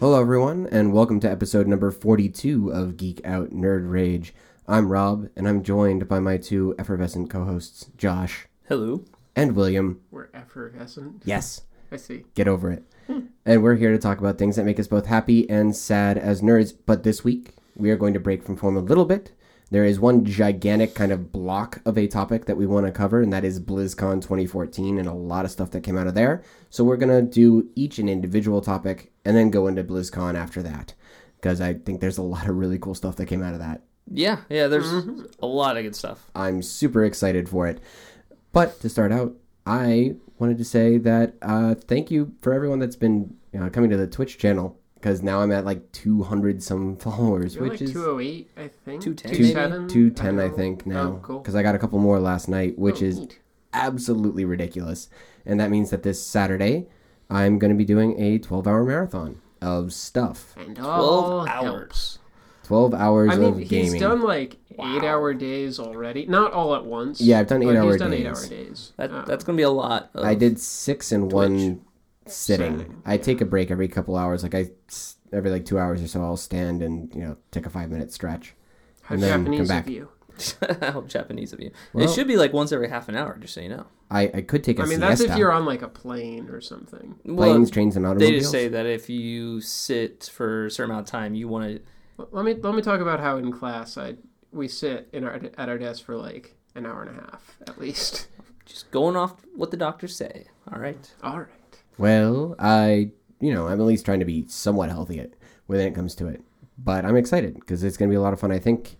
Hello, everyone, and welcome to episode number 42 of Geek Out Nerd Rage. I'm Rob, and I'm joined by my two effervescent co hosts, Josh Hello. and William. We're effervescent. Yes, I see. get over it. And we're here to talk about things that make us both happy and sad as nerds. But this week, we are going to break from form a little bit. There is one gigantic kind of block of a topic that we want to cover, and that is BlizzCon 2014 and a lot of stuff that came out of there. So we're going to do each an individual topic and then go into BlizzCon after that. Because I think there's a lot of really cool stuff that came out of that. Yeah, yeah, there's Mm-hmm. a lot of good stuff. I'm super excited for it. But to start out, I wanted to say that uh, thank you for everyone that's been uh, coming to the Twitch channel because now I'm at like 200 some followers, You're which like is 208, I think. 210 maybe? 210, 210, I think, now Oh, cool. because I got a couple more last night, which Oh, is neat. absolutely ridiculous. And that means that this Saturday, I'm going to be doing a 12 hour marathon of stuff And 12 all help. hours. 12 hours I mean, of he's gaming. done like eight hour days already. Not all at once. Yeah, I've done but eight-hour He's done eight days. hour days. That, Um, That's going to be a lot. Of, I did six in one sitting. Sitting, I take a break every couple hours. Like I, s- every like two hours or so, I'll stand and you know take a five minute stretch. how and then come Japanese back. of you. How Japanese of you. Well- it should be like once every half an hour, just so you know. I, I could take a I mean, that's siesta. if you're on like a plane or something. Well, Planes, trains, and they automobiles. just say that if you sit for a certain amount of time, you want to. L- Let me let me talk about how in class I we sit in our at our desk for like an hour and a half at least. Just going off what the doctors say. All right. All right. Well, I you know I'm at least trying to be somewhat healthy at, when it comes to it. But I'm excited because it's going to be a lot of fun. I think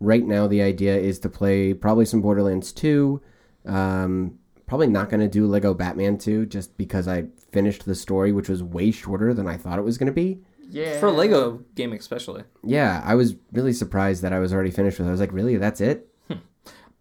right now the idea is to play probably some Borderlands 2. Um, probably not going to do Lego Batman 2 just because I finished the story, which was way shorter than I thought it was going to be. Yeah. For Lego gaming, especially. Yeah, I was really surprised that I was already finished with it. I was like, really? That's it? Hmm.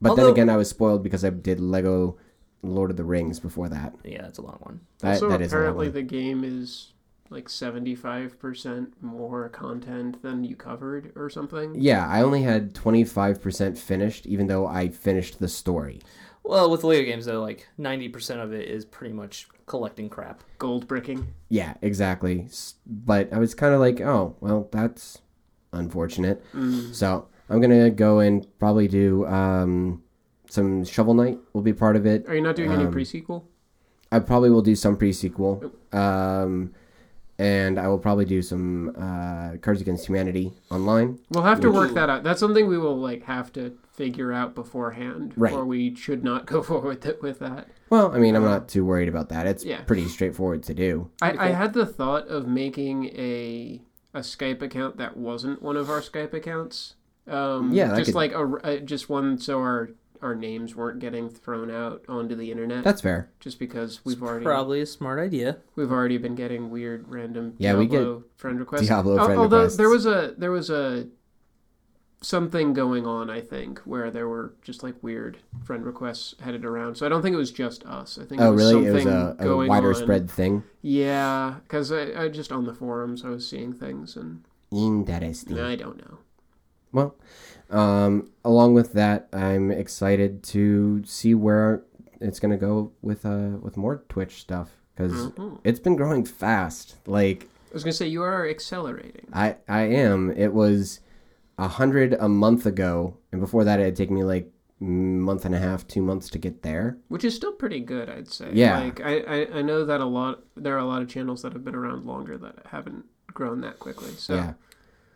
But then Although- again, I was spoiled because I did Lego Lord of the Rings before that. Yeah, that's a long one. That, also, that is a lot apparently of- the game is like 75% more content than you covered or something. Yeah, I only had 25% finished, even though I finished the story. Well, with Lego games, though, like 90% of it is pretty much collecting crap. Gold bricking. Yeah, exactly. S- But I was kind of like, oh, well, that's unfortunate. Mm. So I'm going to go and probably do um, some Shovel Knight, will be part of it. Are you not doing any Um, pre-sequel? I probably will do some pre-sequel, um, and I will probably do some uh, Cards Against Humanity online. We'll have to work that out. That's something we will like have to figure out beforehand Right. or we should not go forward th- with that. Well, I mean, I'm not too worried about that. It's Yeah. pretty straightforward to do. I, I had the thought of making a a Skype account that wasn't one of our Skype accounts. Um, Yeah, that just could- like a, a just one so our our names weren't getting thrown out onto the internet. That's fair. just because we've already Probably a smart idea. We've already been getting weird, random Yeah, we Diablo friend requests. Diablo Al- friend Although requests. there was a there was a something going on, I think, where there were just like weird friend requests headed around. So I don't think it was just us. I think Oh, it was really? It was something a, a going wider on. spread thing. Yeah, because I, I just on the forums I was seeing things, and Interesting. I don't know. Well, um, along with that, I'm excited to see where it's gonna go with uh, with more Twitch stuff because Mm-hmm. it's been growing fast. Like Oh, I was gonna say you are accelerating. I I am. It was a hundred a month ago, and before that, it had taken me like month and a half, two months to get there. which is still pretty good i'd say Yeah. like I, I i know that a lot there are a lot of channels that have been around longer that haven't grown that quickly so Yeah,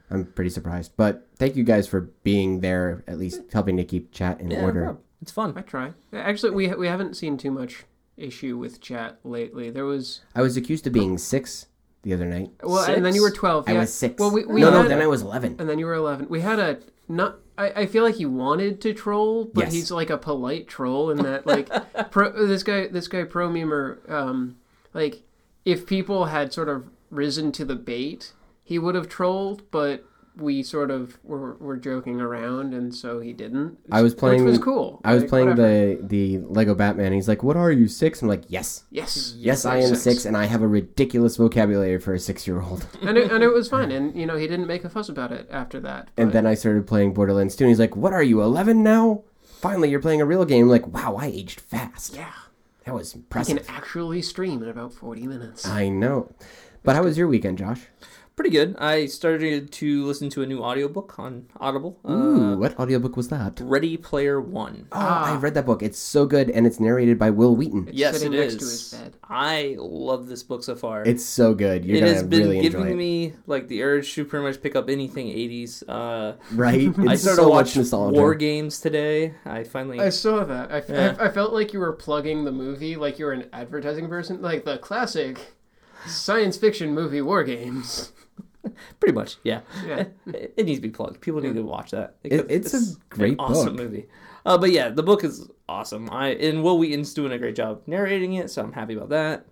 I'm pretty surprised. But thank you guys for being there, at least helping to keep chat in Yeah, no order. problem. It's fun. i try actually we we haven't seen too much issue with chat lately there was I was accused of being six the other night. well and then you were Six? 12 I yeah. was six. well we, we no, had, no, then I was eleven. and then you were 11 we had a not I, I feel like he wanted to troll, but Yes. he's like a polite troll in that like pro, this guy this guy pro memer um like if people had sort of risen to the bait, he would have trolled, but we sort of were, were joking around and so he didn't. I was playing. which was cool. I was Like, playing whatever. the the Lego Batman. He's like, "What are you six? I'm like, "Yes, Yes. yes, I am six, and I have a ridiculous vocabulary for a six year old." And it, and it was fun and you know, he didn't make a fuss about it after that. And but- then I started playing Borderlands 2, and he's like, What are you, 11 now? Finally, you're playing a real game. like, wow, I aged fast. yeah, That was I can impressive. actually stream in about 40 minutes. I know. But how was your weekend, Josh? Pretty good. I started to listen to a new audiobook on Audible. Ooh, Uh, what audiobook was that? Ready Player One. Oh, I read that book. It's so good, and it's narrated by Will Wheaton. yes, it sitting is. next to his bed. I love this book so far. It's so good. You're it gonna has been really enjoy giving it, me like the urge to pretty much pick up anything 80s. Uh, right? It's I started so to much watch nostalgia. War Games today. I finally I saw that. I, Yeah. I, I felt like you were plugging the movie, like you were an advertising person, like the classic science fiction movie War Games. pretty much yeah. Yeah. it it needs to be plugged. People need to watch that. It- it's a great awesome book. movie. Uh, but yeah, the book is awesome. I and Will Wheaton's doing a great job narrating it, so I'm happy about that.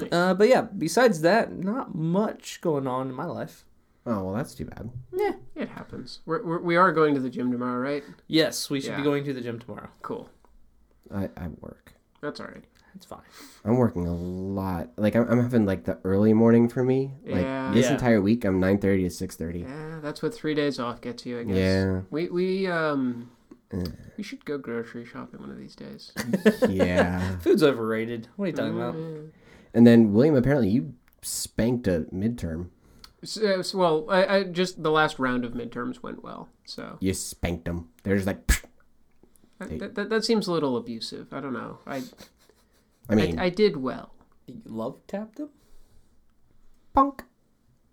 Nice. Uh, but yeah, besides that, not much going on in my life. Oh well, that's too bad. Yeah. It happens. We're, we're, we are going to the gym tomorrow, right? Yes, we should be Yeah. going to the gym tomorrow. Cool. I, I work. That's all right. It's fine. I'm working a lot. Like I'm, I'm having like the early morning for me. Like Yeah. this Yeah. entire week, I'm 9:30 to 6:30. Yeah, that's what three days off gets you, I guess. Yeah. We we um Uh. we should go grocery shopping one of these days. Yeah. Food's overrated. What are you talking about? Mm. And then William, apparently you spanked a midterm. So, so- well, I, I just the last round of midterms went well, so You spanked them. They're just like. "Pfft." I- Hey. that, that, that seems a little abusive. I don't know. I I mean, I, I did well. You love tapped him? punk.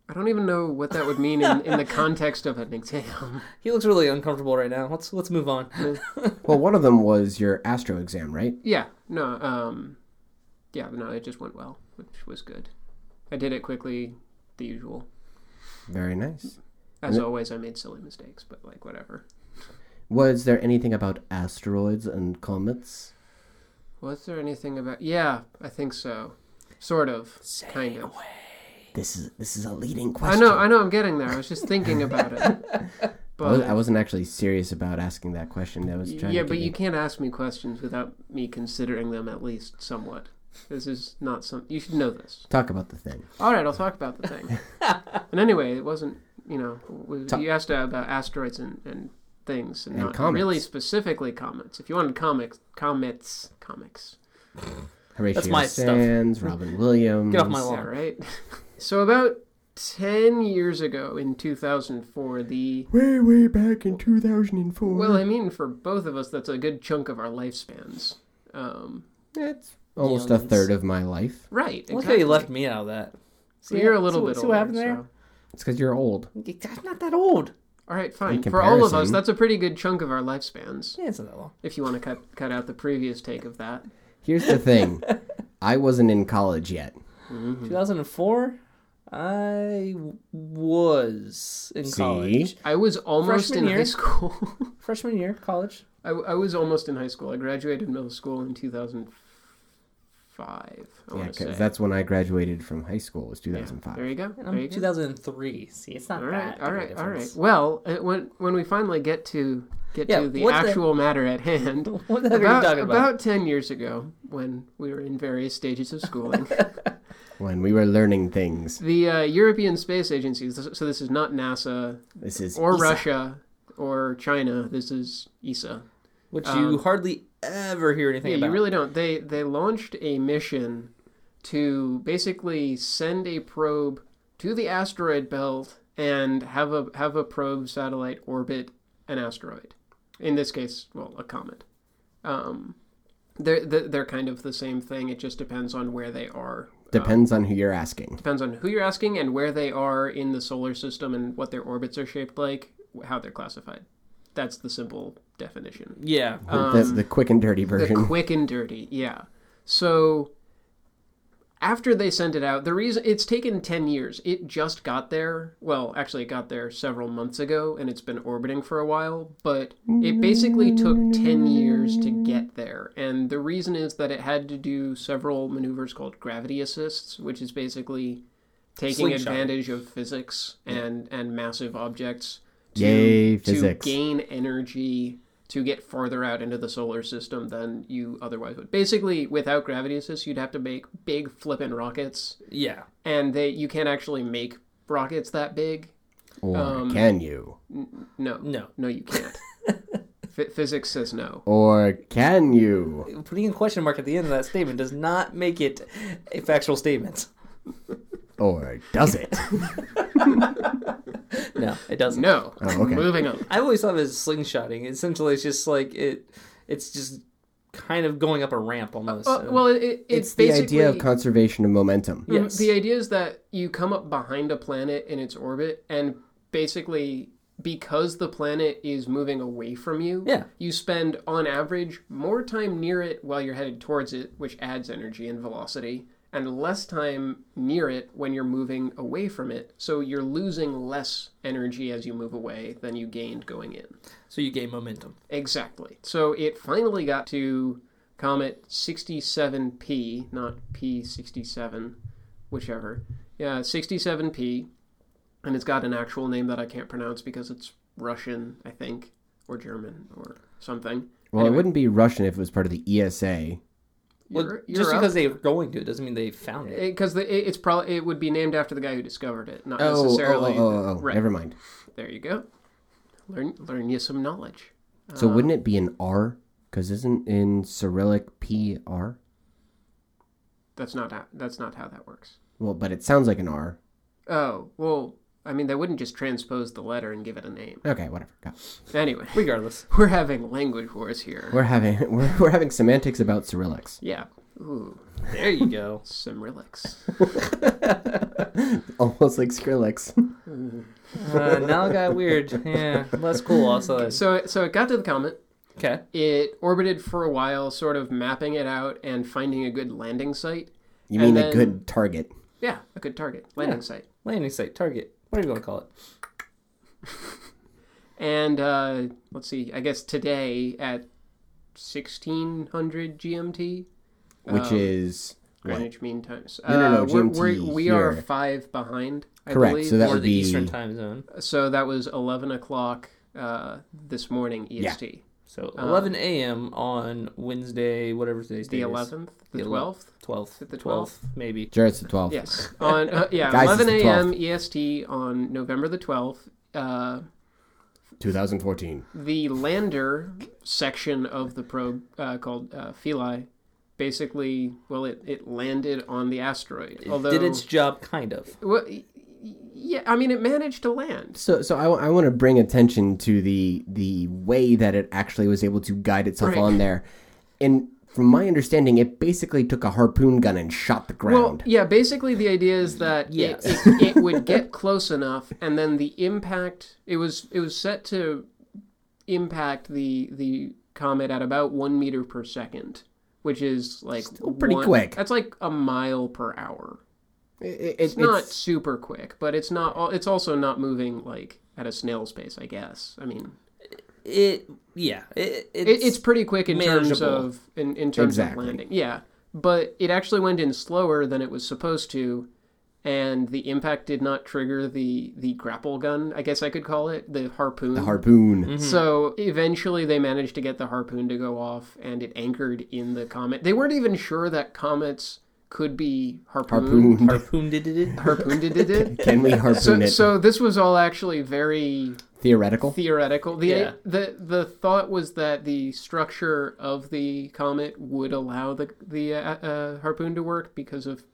I don't even know what that would mean in, in the context of an exam. He looks really uncomfortable right now. Let's let's move on. Well, one of them was your astro exam, right? Yeah, no, um, yeah, no, it just went well, which was good. I did it quickly, the usual. Very nice. As Yeah. always, I made silly mistakes, but like whatever. Was there anything about asteroids and comets? Was there anything about? Yeah, I think so. Sort of, kind of. This is this is a leading I question. know, I know, I'm getting there. I was just thinking about it, I, was, but not actually serious about asking that question. I was trying. yeah, to but give you can't ask me questions without me considering them at least somewhat. This is not some. You should know this. talk about the thing. All right, I'll talk about the thing. and anyway, it wasn't, you know, w Ta- you asked about asteroids and, and things, and, And not comets. really specifically comets. If you wanted comics, comets, comics. Horatio my stuff. Sands, Robin Williams. Get off my All lawn. right. so about ten years ago, in two thousand four, the Way way back in 2004. well, I mean, for both of us, that's a good chunk of our lifespans. Um, that's almost a Youngins. third of my life. right. Look exactly. how you left me out of that. So you're a what- little see, bit See older. what happened there? so- It's because you're old. I'm not that old. All right, In fine. For all of us, comparison- that's a pretty good chunk of our lifespans. Yeah, it's not that long. If you want to cut cut out the previous take of that. Here's the thing. I wasn't in college yet. Hmm. 2004, I w- was in See? college. I was almost Freshman in high year. school. Freshman year, college. I, I was almost in high school. I graduated middle school in 2005. I Yeah, want to say. because that's when I graduated from high school. Was Yeah, 2005. There you go. And There you I'm go. 2003. See, it's not All right, that. big all a right, all right. difference. Well, uh, when when we finally get to get Yeah, to the what the- actual matter at hand, What the heck are you about, talking about? about ten years ago, when we were in various stages of schooling, When we were learning things. the uh, European Space Agency. So this is not NASA This is or ESA. Russia or China. This is ESA. Which you um, hardly ever hear anything Yeah, about. you really don't. They they launched a mission to basically send a probe to the asteroid belt and have a have a probe satellite orbit an asteroid. In this case, well, a comet. Um, they're they're they're kind of the same thing. It just depends on where they are. Depends on who you're asking. Depends on who you're asking and where they are in the solar system and what their orbits are shaped like, how they're classified. That's the simple definition Yeah. the, the quick and dirty Um, the version. quick and dirty yeah so after they sent it out the reason it's taken 10 years it just got there well actually it got there several months ago and it's been orbiting for a while but it basically took 10 years to get there and the reason is that it had to do several maneuvers called gravity assists which is basically taking Slingshot. advantage of physics and and massive objects to, Yay, to physics. gain energy to get farther out into the solar system than you otherwise would. Basically, without gravity assist, you'd have to make big flippin' rockets, yeah. and they you can't actually make rockets that big. or um, can you? No, No. no, you can't. Ph physics says no. Or can you? Putting a question mark at the end of that statement does not make it a factual statement. or does it? No, it doesn't. No. Oh, okay. Moving on. I always thought of it as slingshotting. Essentially, it's just like it. It's just kind of going up a ramp almost. Uh, well, it, it's it, it's the basically idea of conservation of momentum. Yeah. Yes. The idea is that you come up behind a planet in its orbit, and basically, because the planet is moving away from you, Yeah. you spend on average more time near it while you're headed towards it, which adds energy and velocity, and less time near it when you're moving away from it. So you're losing less energy as you move away than you gained going in. so you gain momentum. Exactly. So it finally got to Comet 67P, not P67, whichever. Yeah, 67P. And it's got an actual name that I can't pronounce because it's Russian, I think, or German or something. Well, it Anyway. wouldn't be Russian if it was part of the E ESA. Well, Euro- just Europe? because they're going to it doesn't mean they found it. Because the it, it's probably it would be named after the guy who discovered it, not Oh, oh, oh, necessarily. oh, oh, right. never mind. There you go. Learn learn you some knowledge. Uh, Um, So wouldn't it be an R? Because isn't in Cyrillic P R? That's not how, that's not how that works. Well, but it sounds like an R. Oh well, I mean they wouldn't just transpose the letter and give it a name. Okay, whatever. Go. Anyway, Regardless, we're having language wars here. We're having we're, we're having semantics about Cyrillics. Yeah. Ooh, there you go. some relics. Almost like Skrillex. Uh, now it got weird. Yeah, less cool. Also, so so it got to the comet. okay. It orbited for a while, sort of mapping it out and finding a good landing site. You And mean a then- good target. Yeah, a good target landing site. Landing site, target. What are you going to call it? And uh, let's see, I guess today at sixteen hundred GMT, Which um, is what? Greenwich Mean Time. Uh, No, no, no, we're- GMT we're- we are here. five behind. I Correct, Believe. so That or would the be- Eastern time zone. So that was 11 o'clock uh, this morning E EST. So Um, 11 a.m. on Wednesday, whatever today's The date is. 11th, the Uh, The 12th. 12th. The 12th, maybe. Jared's the 12th. Yes. On uh, yeah, Guys, it's 11 the a.m. EST E on November the 12th. Uh, 2014. the lander section of the probe uh, called uh, Philae basically well it, it landed on the asteroid It although did its job, kind of. well, y- y- yeah i mean it managed to land So, so I, want to bring attention to the the way that it actually was able to guide itself Right. on there, and from my understanding, it basically took a harpoon gun and shot the Well, ground. yeah, basically the idea is that it- Yes. it, it, would get close enough, and then the impact. It was it was set to impact the the comet at about one meter per second, which is like Still pretty one- quick. That's like a mile per hour. I- I- it- It's, not super quick, but it's not. al- It's also not moving like at a snail's pace. I guess. I mean, It, yeah. It, it's, it, it's pretty quick in terms manageable. of in, in terms Exactly. of landing. Yeah, but it actually went in slower than it was supposed to, and the impact did not trigger the the grapple gun. I guess I could call it the harpoon. the mm-hmm. harpoon. Mm-hmm. So eventually, they managed to get the harpoon to go off, and it anchored in the comet. They weren't even sure that comets could be harpooned. Harpoon. harpoon did it. Harpooned it. it. Can we harpoon So, it? so this was all actually very Theoretical. theoretical. The, Yeah. the the thought was that the structure of the comet would allow the the uh, uh, harpoon to work because of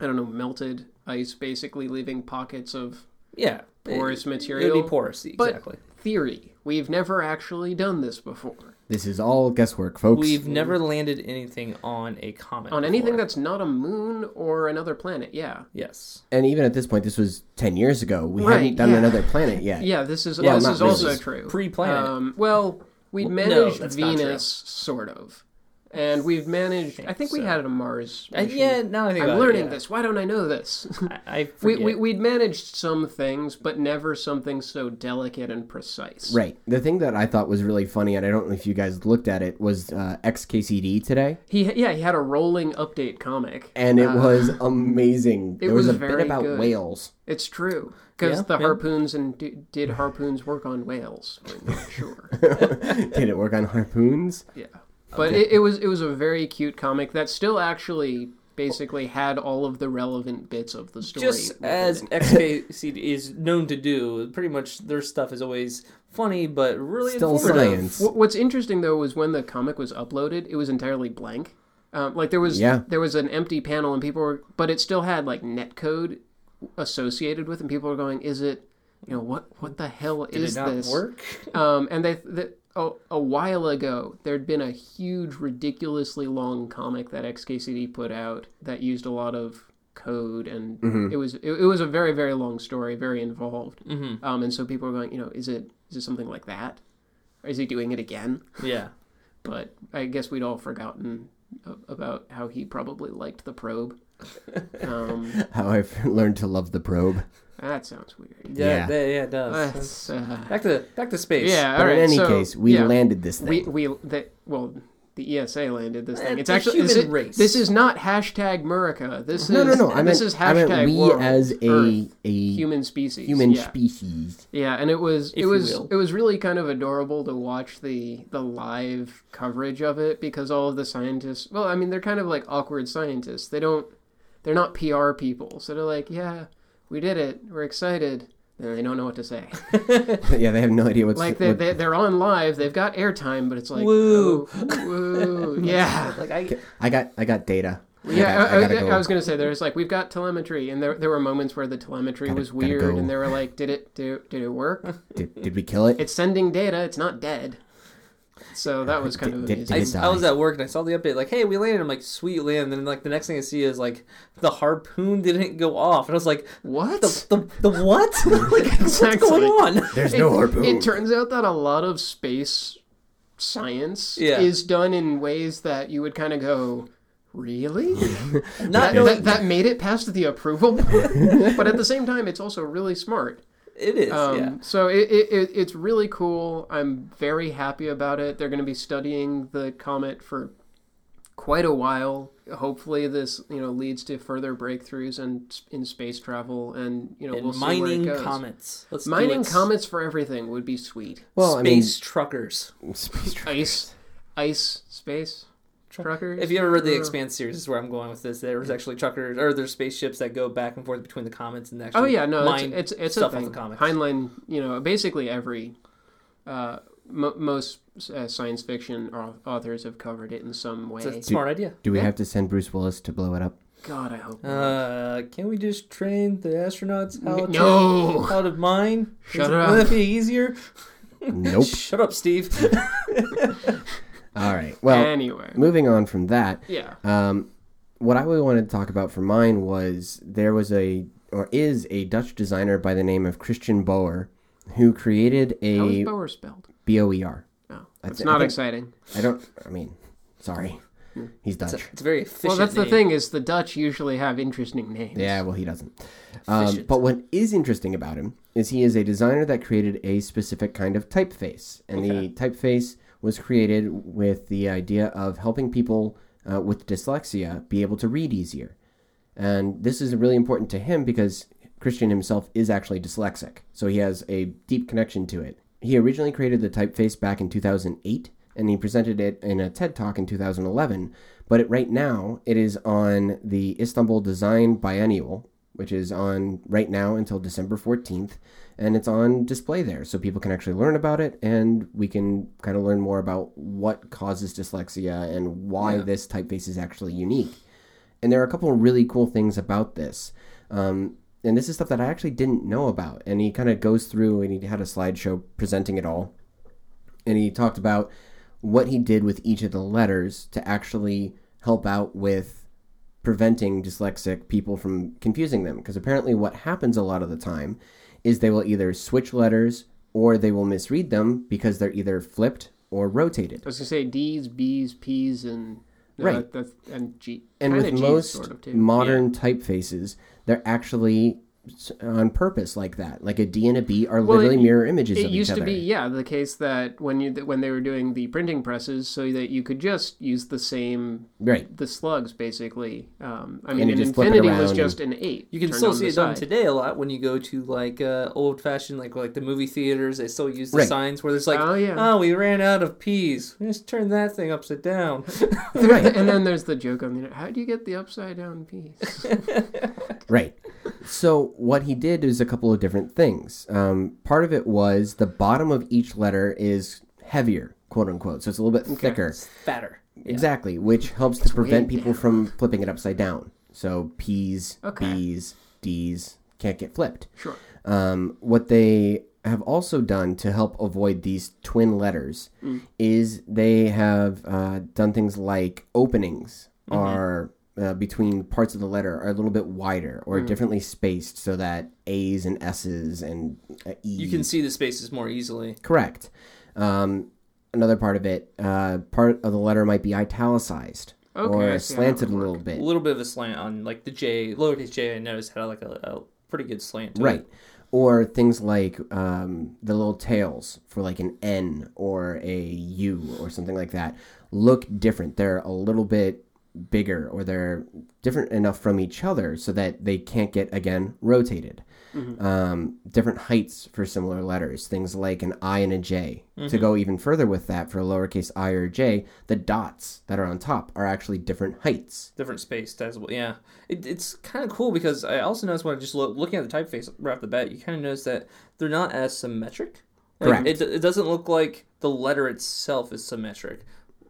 I don't know melted ice, basically leaving pockets of Yeah. Porous It- material. It would be porous, exactly. theory. We've never actually done this before this is all guesswork, folks. We've never landed anything on a comet. on anything before. that's not a moon or another planet. Yeah, Yes. and even at this point, this was ten years ago. We Right, hadn't done yeah. another planet yet. yeah. This is Well, this not is really. also true. Pre-planet. Um, well, we Well, no, managed that's not true. Venus sort of, and we've managed. I think we so. had a Mars. Uh, mission. yeah, now I think I'm about learning it, yeah. this. Why don't I know this? I, I we, forget. we, we'd managed some things, but never something so delicate and precise. Right. The thing that I thought was really funny, and I don't know if you guys looked at it, was uh, XKCD today. He yeah, he had a rolling update comic. and it Uh, was amazing. it there was, was a bit very about good. whales. It's true because Yeah, the yeah. harpoons and d- did harpoons work on whales? We're not sure. Did it work on harpoons? yeah, but it, it was it was a very cute comic that still actually basically had all of the relevant bits of the story. just within as it. XKCD is known to do, pretty much their stuff is always funny, but really Still informative. science. Wh- What's interesting though was when the comic was uploaded, it was entirely blank. Um, like there was Yeah. there was an empty panel and people were, but it still had like netcode associated with, and people are going, "Is it? You know what? What the hell Did is it not this?" work? Um, and they, they a, a while ago, there'd been a huge, ridiculously long comic that XKCD put out that used a lot of code, and Hmm. Mm-hmm. it was it, it was a very, very long story, very involved. Mhm. Um, and so people are going, you know, is it is it something like that? Or is he doing it again? Yeah. But I guess we'd all forgotten a- about how he probably liked the probe. Um, How I've learned to love the probe. that sounds weird. Yeah. Yeah, yeah, yeah, it does. That's, uh, Back to back to space. yeah. but all right, in any so, case, we yeah. landed this thing. Uh, we we that well the ESA landed this thing. Eh, It's the actually this human is, race. This is not hashtag Murica. This no, is no, no. I meant, this is hashtag I meant we world, as a Earth, a human species. human yeah. species. Yeah, and it was it you was will. it was really kind of adorable to watch the the live coverage of it because all of the scientists. Well, I mean, they're kind of like awkward scientists. They don't they're not PR people, so they're like, yeah, we did it. We're excited. And they don't know what to say. yeah, they have no idea what's Like they, what- they they're on live. They've got airtime, but it's like Woo. oh, woo, yeah. Like I I got I got data. I Yeah, gotta- I, I, I- gotta go. I was gonna say there's like we've got telemetry, and there there were moments where the telemetry was gotta weird, go. and they were like, did it do did it work? did, did we kill it? it's sending data. It's not dead. So that was kind of Did- did- amusing. I, It I was dies. at work and I saw the update, like, "Hey, we landed." I'm like, "Sweet land!" And like the next thing I see is like the harpoon didn't go off, and I was like, what? "The the, the what? like, what's Exactly. going on?" There's it, no harpoon. It turns out that a lot of space science Yeah. is done in ways that you would kind of go, really? Not that, knowing that, that made it past the approval board, but at the same time, it's also really smart. it is, Um, yeah. So it, it, it, it's really cool. I'm very happy about it. They're going to be studying the comet for quite a while. Hopefully, this you know leads to further breakthroughs and in space travel, and you know And we'll see mining where it goes. comets. Let's do Mining it. comets for everything would be sweet. well, space truckers. I mean, space tra- Ice, ice, space, truckers. If you ever read the Uh, Expanse series, is where I'm going with this. There was actually truckers, or there's spaceships that go back and forth between the comets and actually Oh yeah, no, mine it's it's, it's a stuff off thing. the comets. Heinlein, you know, basically every uh, mo most uh, science fiction au- authors have covered it in some way. it's a smart idea. Do we have to send Bruce Willis to blow it up? God, I hope. Uh, can we just train the astronauts how to no. out of mine. Shut Is- up. Wouldn't that be easier? Nope. Shut up, Steve. All right. Eh. Well, anyway, moving on from that. yeah, Um, what I really wanted to talk about for mine was there was a or is a Dutch designer by the name of Christian Boer who created how is a Boer spelled? B O E R. No, I it's thi- not I think- exciting. I don't. I mean, sorry, he's Dutch. Hmm. it's very efficient. Well, that's the name. thing is the Dutch usually have interesting names. Yeah, well, he doesn't. Um, Efficient. but what is interesting about him is he is a designer that created a specific kind of typeface, and the typeface was created with the idea of helping people uh, with dyslexia be able to read easier. And this is really important to him because Christian himself is actually dyslexic, so he has a deep connection to it. He originally created the typeface back in 2008, and he presented it in a TED Talk in 2011. But it, right now, it is on the Istanbul Design Biennial, which is on right now until December 14th, and it's on display there, so people can actually learn about it, and we can kind of learn more about what causes dyslexia and why this typeface is actually unique. And there are a couple of really cool things about this. Um, and this is stuff that I actually didn't know about. And he kind of goes through and he had a slideshow presenting it all. And he talked about what he did with each of the letters to actually help out with preventing dyslexic people from confusing them. Because apparently, what happens a lot of the time is they will either switch letters or they will misread them because they're either flipped or rotated. I was gonna say D's, B's, P's, and no, Right. that- that's and G. and kinda with G's most sort of too. modern typefaces, they're actually s- on purpose like that. Like a D and a B are Well, literally it- mirror images It of used each to other. be, yeah, the case that when you when they were doing the printing presses, so that you could just use the same Right. the slugs basically. Um, I mean, you an just flip it infinity was around just an eight. You can turned still on see the it done side. today a lot when you go to like uh, old fashioned like like the movie theaters. They still use the Right. signs where there's like, Oh, yeah. "Oh, we ran out of peas. Just turn that thing upside down." right. and then there's the joke on the internet. How do you get the upside down piece? Right. So what he did is a couple of different things. Um, part of it was the bottom of each letter is heavier, quote unquote. So it's a little bit thicker. it's fatter. Exactly, which helps to prevent way people from flipping it upside down. So P's, Okay. B's, D's, can't get flipped. Sure. Um, what they have also done to help avoid these twin letters Mm. is they have uh, done things like openings Mm-hmm. are uh, between parts of the letter are a little bit wider or Mm. differently spaced so that A's and S's and uh, E's You can see the spaces more easily. Correct. Um, another part of it, uh, part of the letter might be italicized Okay, I or see how that slanted a would little A bit. little bit of a slant on like the J, lowercase J. I noticed had like a, a pretty good slant. To Right. It. Or things like um, the little tails for like an N or a U or something like that look different. They're a little bit bigger or they're different enough from each other so that they can't get, again, rotated. Um, different heights for similar letters, things like an I and a J. To go even further with that, for a lowercase i or j, the dots that are on top are actually different heights. Different space as well. Yeah, it, it's kind of cool because I also noticed when I just look, looking at the typeface right off the bat, you kind of notice that they're not as symmetric. Like, Correct. It, it doesn't look like the letter itself is symmetric,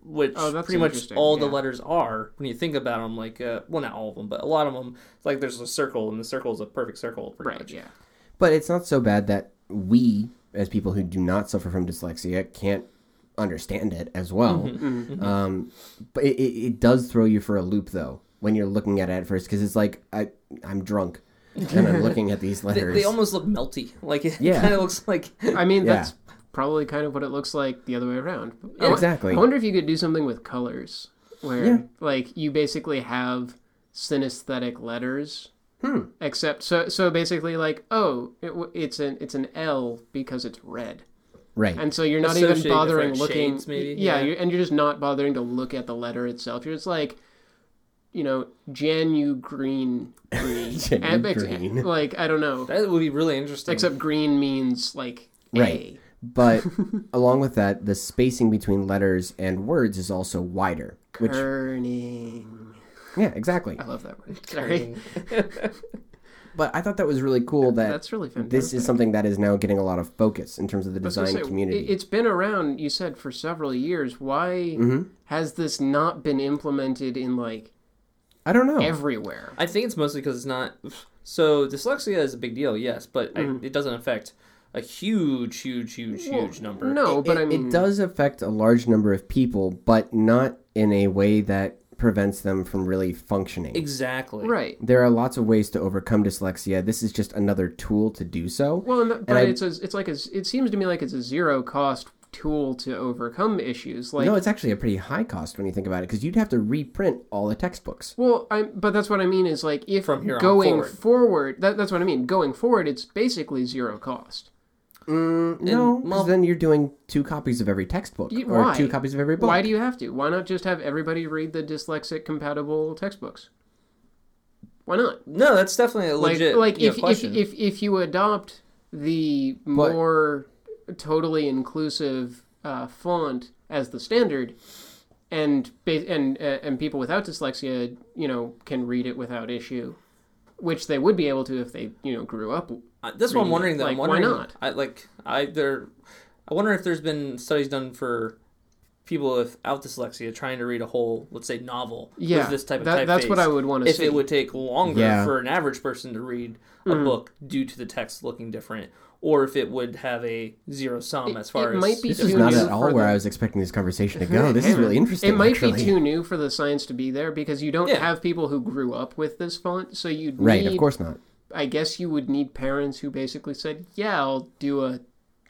which Oh, that's pretty much interesting, all the yeah. letters are when you think about them. Like, uh, well, not all of them, but a lot of them. It's like there's a circle, and the circle is a perfect circle. Pretty Right. Much. Yeah. But it's not so bad that we, as people who do not suffer from dyslexia, can't understand it as well. Mm-hmm. Um, but it, it, it does throw you for a loop, though, when you're looking at it at first, because it's like I, I'm drunk and I'm looking at these They, letters. they almost look melty. Like it Yeah. kind of looks like I mean, Yeah. that's probably kind of what it looks like the other way around. I Yeah, wo- exactly. I wonder if you could do something with colors where, Yeah. like, you basically have synesthetic letters. Hmm. Except so so basically like oh it, w- it's an it's an L because it's red right. and so you're not even Associate bothering different looking shades, maybe, yeah, yeah. You're, and you're just not bothering to look at the letter itself you're just like you know Janu green green, Janu And- ex- green. like I don't know that would be really interesting. except green means like A. Right. But along with that, the spacing between letters and words is also wider. Which, Kerning. yeah, exactly. I love that word. Sorry. But I thought that was really cool that That's really fantastic. this is something that is now getting a lot of focus in terms of the I was gonna design say, community. it- It's been around, you said, for several years. Why Mm-hmm. has this not been implemented in like I don't know. everywhere? I think it's mostly because it's not. So dyslexia is a big deal, yes, but Mm-hmm. I, it doesn't affect a huge, huge, huge, huge number. No, but it, I mean, it does affect a large number of people, but not in a way that prevents them from really functioning. exactly. right. there are lots of ways to overcome dyslexia. This is just another tool to do so. Well, and, but I- it's a, it's like a, it seems to me like it's a zero cost tool to overcome issues. Like, no, it's actually a pretty high cost when you think about it, because you'd have to reprint all the textbooks. well, I but that's what I mean is like if From here on going forward. forward that, that's what I mean. Going forward, it's basically zero cost. Mm, no, because well- then you're doing two copies of every textbook You- or why? two copies of every book. Why do you have to? Why not just have everybody read the dyslexic compatible textbooks? Why not? No, that's definitely a Like, legit like you know, if, if question. if if you adopt the more totally inclusive uh, font as the standard, and ba- and uh, and people without dyslexia, you know, can read it without issue, which they would be able to if they you know grew up. Uh, that's what I'm reading wondering. it. Though. I'm Like, why wondering, not? I like I there. I wonder if there's been studies done for people without dyslexia trying to read a whole, let's say, novel Yeah, with this type of that- typeface. that's what I would wanna If see. Mm. it would take longer Yeah. for an average person to read a book due to the text looking different, or if it would have a zero sum as far it as might be This is too not new at all for where the- I was expecting this conversation to go. This is really interesting. It might be actually. too new for the science to be there because you don't Yeah. have people who grew up with this font, so you Right, Need, of course not. I guess you would need parents who basically said, "Yeah, I'll do a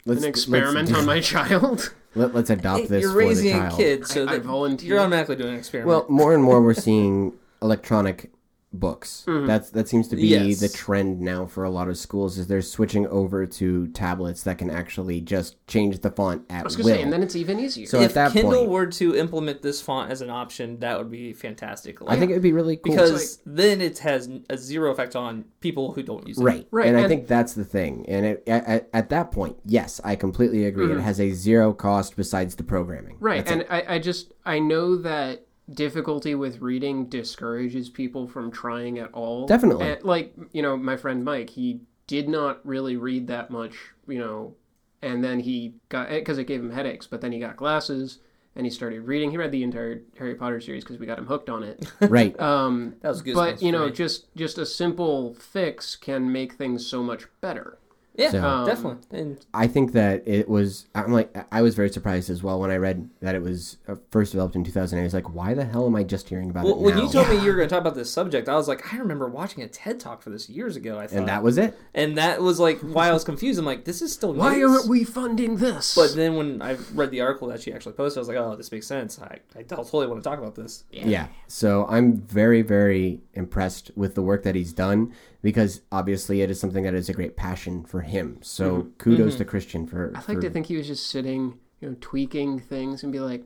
Let's an experiment Let's, on my child." let, us adopt this you're for the raising child. a kid, so I that volunteer. you're automatically doing an experiment. Well, more and more we're seeing electronic books. Mm-hmm. That's that seems to be Yes. the trend now for a lot of schools. Is they're switching over to tablets that can actually just change the font at I was will. gonna say, and then it's even easier. so if at that Kindle point, were to implement this font as an option, that would be fantastic. I Like, think it would be really cool. because then it has a zero effect on people who don't use it. Right, Right, and, I and- think that's the thing. And it, at, at that point, yes, I completely agree. It has a zero cost besides the programming. Mm-hmm. right, and I, I just I know that difficulty with reading discourages people from trying at all. Definitely. And, like you know, my friend Mike, he did not really read eh, that much, you know, and then he got because it gave him headaches, but then he got glasses. and he started reading. He read the entire Harry Potter series because we got him hooked on it. right. Um, That was good. but you know, just just a simple fix can make things so much better. yeah, So- um, definitely. And I think that it was. I'm like, I was very surprised as well when I read that it was uh, first developed in 2000. I was like, why the hell am I just hearing about well, it when now? you told me you were going to talk about this subject, I was like, I remember watching a TED talk for this years ago. I thought, and that was it. and that was like why I was confused. I'm like, this is still Why news? aren't we funding this? But then when I read the article that she actually posted, I was like, oh, this makes sense. I, I totally want to talk about this. Yeah. So I'm very, very impressed with the work that he's done because obviously it is something that is a great passion for him. So kudos to Christian for. Mm-hmm. I like to think he was just sitting, you know, tweaking things and be like,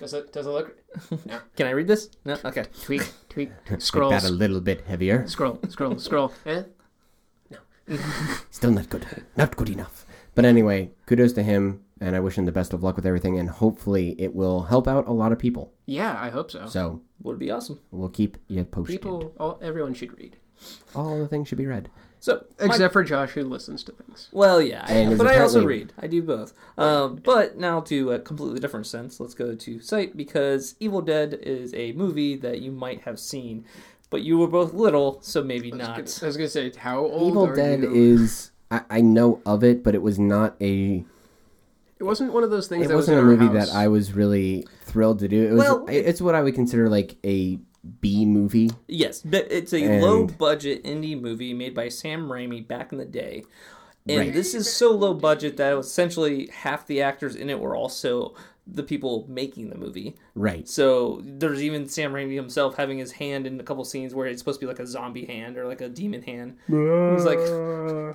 does it does it look Can I read this? No? Okay. tweak tweak tweak. Make scroll that a little bit heavier. scroll scroll scroll eh? Still not good. Not good enough. But anyway, kudos to him, and I wish him the best of luck with everything, and hopefully it will help out a lot of people. Yeah, I hope so. So Would be awesome. we'll keep you posted. People, all, everyone should read, All the things should be read. So, my- except for Josh who listens to things. well, yeah, I- And but there's I also apparently- read. I do both. Um, but now to a completely different sense, let's go to site because Evil Dead is a movie that you might have seen, but you were both little, so maybe I not. was gonna, I was gonna say, how old Evil are Dead you? is. I, I know of it, but it was not a. It wasn't one of those things. It that wasn't a was in our movie house. that I was really thrilled to do. It was. Well, it- it's what I would consider like a B movie. Yes, but it's a And- low budget indie movie made by Sam Raimi back in the day. And Right. this is so low budget that essentially half the actors in it were also the people making the movie. Right. So there's even Sam Raimi himself having his hand in a couple scenes where it's supposed to be like a zombie hand or like a demon hand. He's like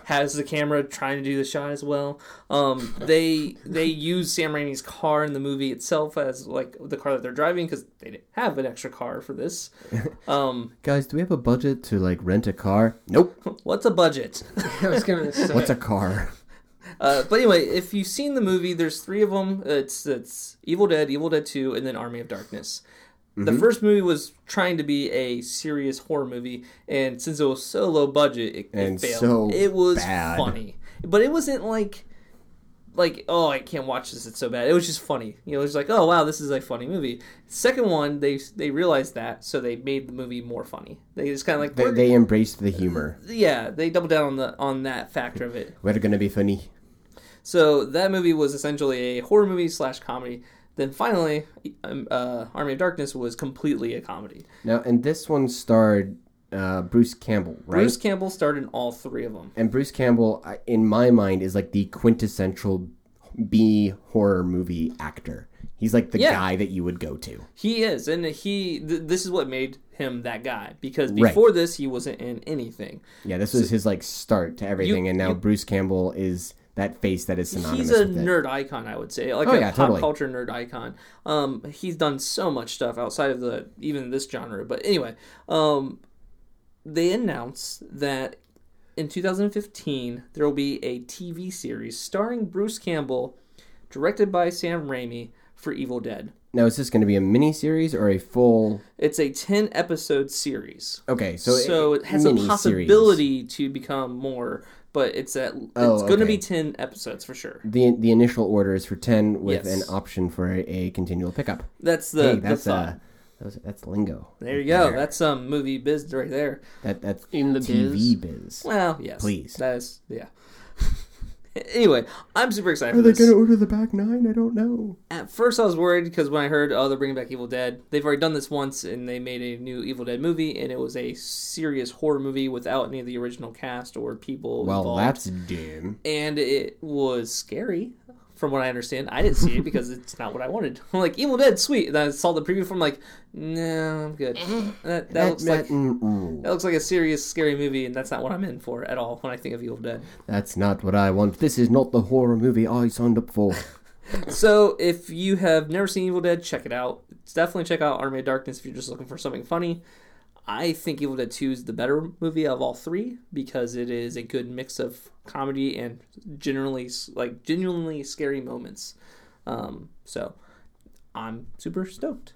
has the camera trying to do the shot as well. Um, they they use Sam Raimi's car in the movie itself as like the car that they're driving because they didn't have an extra car for this. Um, Guys, do we have a budget to like rent a car? Nope. What's a budget? I was gonna say. What's a car? Uh, but anyway, if you've seen the movie, there's three of them. It's it's Evil Dead, Evil Dead Two, and then Army of Darkness. Mm-hmm. The first movie was trying to be a serious horror movie, and since it was so low budget, it, And it failed. so it was bad. funny, but it wasn't like like oh I can't watch this it's so bad. It was just funny, you know. It was like oh wow this is a funny movie. Second one they they realized that, so they made the movie more funny. They just kind of like they, we're- they embraced the humor. yeah they doubled down on the on that factor of it. We're gonna be funny. So that movie was essentially a horror movie slash comedy. Then finally, um, uh, Army of Darkness was completely a comedy. Now, and this one starred uh, Bruce Campbell, right? Bruce Campbell starred in all three of them. and Bruce Campbell, I- in my mind, is like the quintessential B horror movie actor. He's like the Yeah. guy that you would go to. He is, and he. Th- this is what made him that guy because Right. before this, he wasn't in anything. Yeah, this was his like start to everything, You- and now you- Bruce Campbell is that face that is synonymous He's a with it. nerd icon, I would say, like Oh, a yeah, pop totally. culture nerd icon. Um, he's done so much stuff outside of the even this genre. But anyway, um, they announced that in 2015 there will be a TV series starring Bruce Campbell, directed by Sam Raimi for Evil Dead. Now, is this going to be a mini series or a full? It's a 10 episode series. Okay, so eh, so it has a mini-series. possibility to become more, but it's at it's Oh, going to okay. be 10 episodes for sure. The the initial order is for ten with Yes. an option for a, a continual pickup. That's the, Hey, the that's thought. uh, that was, that's lingo. There you go. That's some movie biz right there. That that's In the TV biz. Well, yes. Please. That is, yeah. anyway, I'm super excited Are for they this. going to order the back nine? I don't know. At first, I was worried because when I heard, oh, they're bringing back Evil Dead, they've already done this once and they made a new Evil Dead movie, and it was a serious horror movie without any of the original cast or people Well, involved. that's doom. and it was scary from what I understand. I didn't see it because it's not what I wanted. I'm like, Evil Dead, sweet. And I saw the preview from like, no, I'm good. That, that, Eh. That- looks like that- mm, mm. That looks like a serious, scary movie, and that's not what I'm in for at all when I think of Evil Dead. That's not what I want. This is not the horror movie I signed up for. So, if you have never seen Evil Dead, check it out. Definitely check out Army of Darkness if you're just looking for something funny. I think Evil Dead 2 is the better movie of all three because it is a good mix of comedy and generally, like, genuinely scary moments. Um, so, I'm super stoked.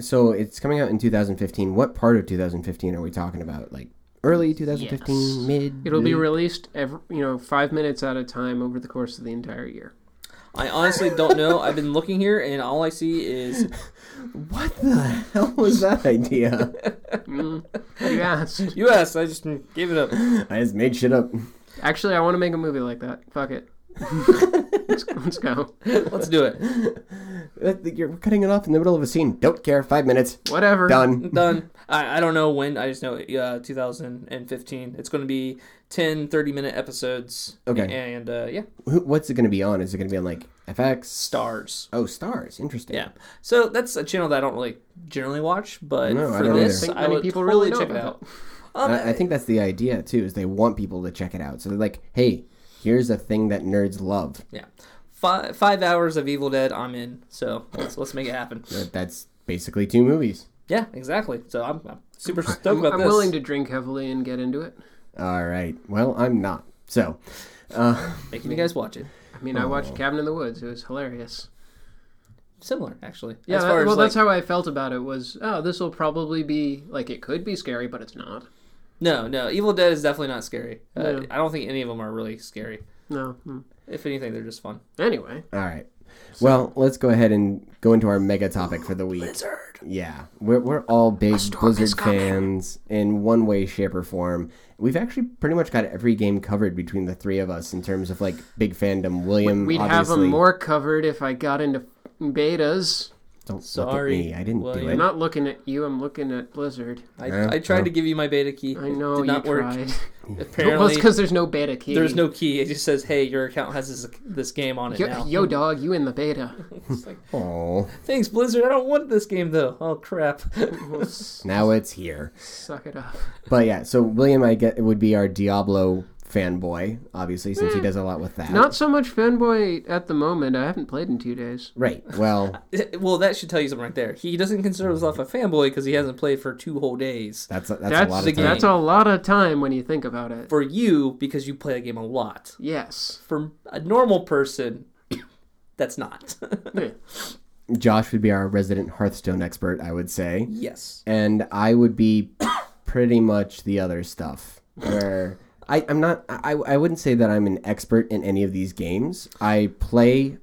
so it's coming out in 2015. What part of 2015 are we talking about? Like early 2015, Yes. mid? It'll be released every, you know, five minutes at a time over the course of the entire year. I honestly don't know. I've been looking here, and all I see is What the hell was that idea? Mm, you asked. U.S. I just gave it up. I just made shit up. Actually, I want to make a movie like that. Fuck it. let's, let's go. Let's do it. That- You're cutting it off in the middle of a scene. Don't care. Five minutes. Whatever. Done. Done. I, I don't know when. I just know uh, 2015. It's going to be 10 30 minute episodes. Okay. And uh, yeah, Who- What's it going to be on? Is it going to be on like FX? stars. Oh, Stars. Interesting. Yeah. So that's a channel that I don't really generally watch, but No, I for don't this, either. Think I many would people totally really know check it about out. Um, I, I think that's the idea too. Is they want people to check it out. So they're like, hey, here's a thing that nerds love. yeah. Five, five hours of Evil Dead, I'm in. So let's, let's make it happen. That- That's basically two movies. Yeah, exactly. So I'm, I'm super stoked I'm, about I'm this. willing to drink heavily and get into it. All right. Well, I'm not. So, uh, making you guys watch it. I mean, I watched Cabin in the Woods. It was hilarious. Similar, actually. Yeah, as that- far well, as like, that's how I felt about it. Was oh, this will probably be like it could be scary, but it's not. no, no. Evil Dead is definitely not scary. Uh, No. I don't think any of them are really scary. No. Mm. If anything, they're just fun. Anyway, all right. Well, let's go ahead and go into our mega topic for the week. Blizzard. Yeah, we're, we're all big Blizzard fans in one way, shape, or form. We've actually pretty much got every game covered between the three of us in terms of like big fandom. William, we'd have obviously. them more covered if I got into f***ing betas. Don't Sorry, look at me. I didn't do William. it. I'm not looking at you. I'm looking at Blizzard. I, Yeah, I tried yeah. to give you my beta key. I It know did not you work. tried. well, Apparently, it's because there's no beta key. there's no key. It just says, "Hey, your account has this this game on it Yo, now." yo, dog, you in the beta? It's like, Oh, Thanks, Blizzard. I don't want this game though. Oh crap. Well, s- now it's here. suck it up. But yeah, so William, I get would be our Diablo fanboy, obviously, since he does a lot with that. Hmm. Not so much fanboy at the moment. I haven't played in two days. right. Well, well, that should tell you something right there. He doesn't consider himself a fanboy because he hasn't played for two whole days. that's that's, That's a lot the of time. game. That's a lot of time when you think about it. For you, because you play the game a lot. Yes. For a normal person, that's not. Yeah. Josh would be our resident Hearthstone expert, I would say. yes. and I would be pretty much the other stuff. Where I, I'm not, I, I wouldn't say that I'm an expert in any of these games. I play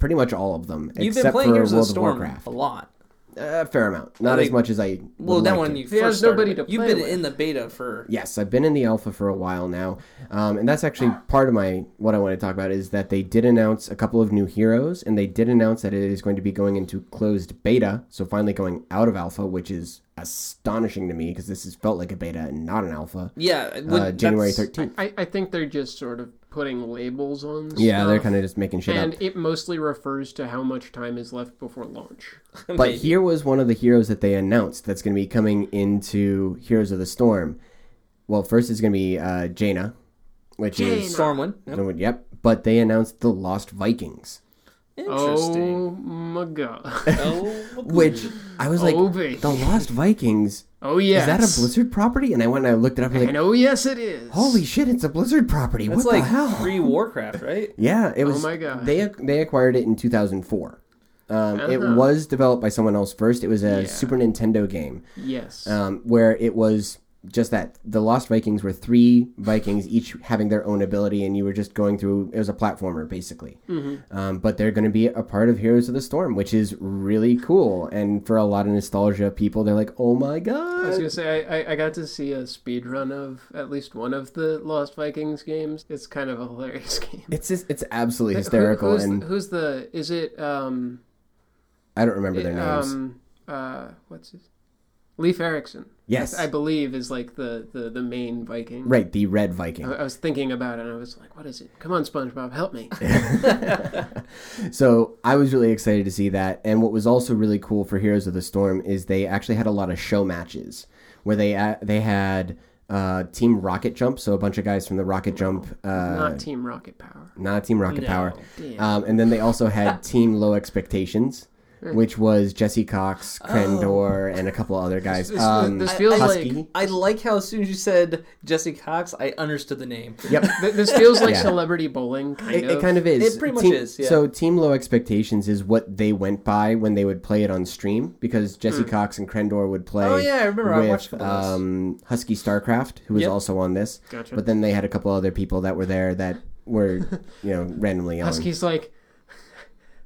pretty much all of them, You've been except playing for Heroes of the World Storm of Warcraft. a lot. A fair amount, not Like- as much as I. Would Well, that like one to. you He has first started nobody it. to You've play been with. in the beta for Yes, I've been in the alpha for a while now, um, and that's actually part of my what I want to talk about is that they did announce a couple of new heroes, and they did announce that it is going to be going into closed beta, so finally going out of alpha, which is astonishing to me because this has felt like a beta and not an alpha. yeah when- Uh, January that's- thirteenth. I, I think they're just sort of putting labels on. Yeah, stuff, they're kind of just making shit And up. it mostly refers to how much time is left before launch. But Maybe. here was one of the heroes that they announced that's going to be coming into Heroes of the Storm. Well, first is going to be uh, Jaina, which is Stormwind. Yep. yep. But they announced the Lost Vikings, Interesting. Oh my god. Oh. which I was like, oh baby. the Lost Vikings Oh yes. is that a Blizzard property? And I went and I looked it up. And I'm And like, oh yes, it is. holy shit, it's a Blizzard property. That's what like the hell? pre Warcraft, right? Yeah, it was. Oh my God. They they acquired it in 2004. Um, It Uh-huh. was developed by someone else first. It was a Yeah. Super Nintendo game. Yes. um, where it was just that the Lost Vikings were three Vikings, each having their own ability, and you were just going through. It was a platformer, basically. Mm-hmm. Um, but they're going to be a part of Heroes of the Storm, which is really cool. And for a lot of nostalgia people, they're like, "Oh my I was god!" gonna say I, I, I got to see a speed run of at least one of the Lost Vikings games. It's kind of a hilarious game. It's just, it's absolutely hysterical, Who- who's, and the, who's the? Is it um I don't remember their names. um uh what's his? Leif Erikson. yes, I believe is like the the, the main Viking. right, the Red I, Viking. I was thinking about it and I was like, what is it? Come on, SpongeBob, help me. So I was really excited to see that. And what was also really cool for Heroes of the Storm is they actually had a lot of show matches where they uh, they had uh, Team Rocket Jump, so a bunch of guys from the Rocket Jump, uh, Not not, Team Rocket Power. Team Rocket Power. Damn. Um, and then they also had Team Low Expectations, Hmm. which was Jesse Cox, Oh. Crandor, and a couple other guys. this- um, this feels Husky. like- I like how as soon as you said Jesse Cox, I understood the name. Yep. Th- this feels like Yeah. celebrity bowling kind It, of. it kind of is. It pretty much Team- is, yeah. So Team Low Expectations is what they went by when they would play it on stream because Jesse Cox and Krendor would play. Hmm. Oh, yeah, I remember. I With, watched a couple of those. um, Husky Starcraft, who was Yep. also on this. Gotcha. But then they had a couple other people that were there that were you know randomly on. Husky's like,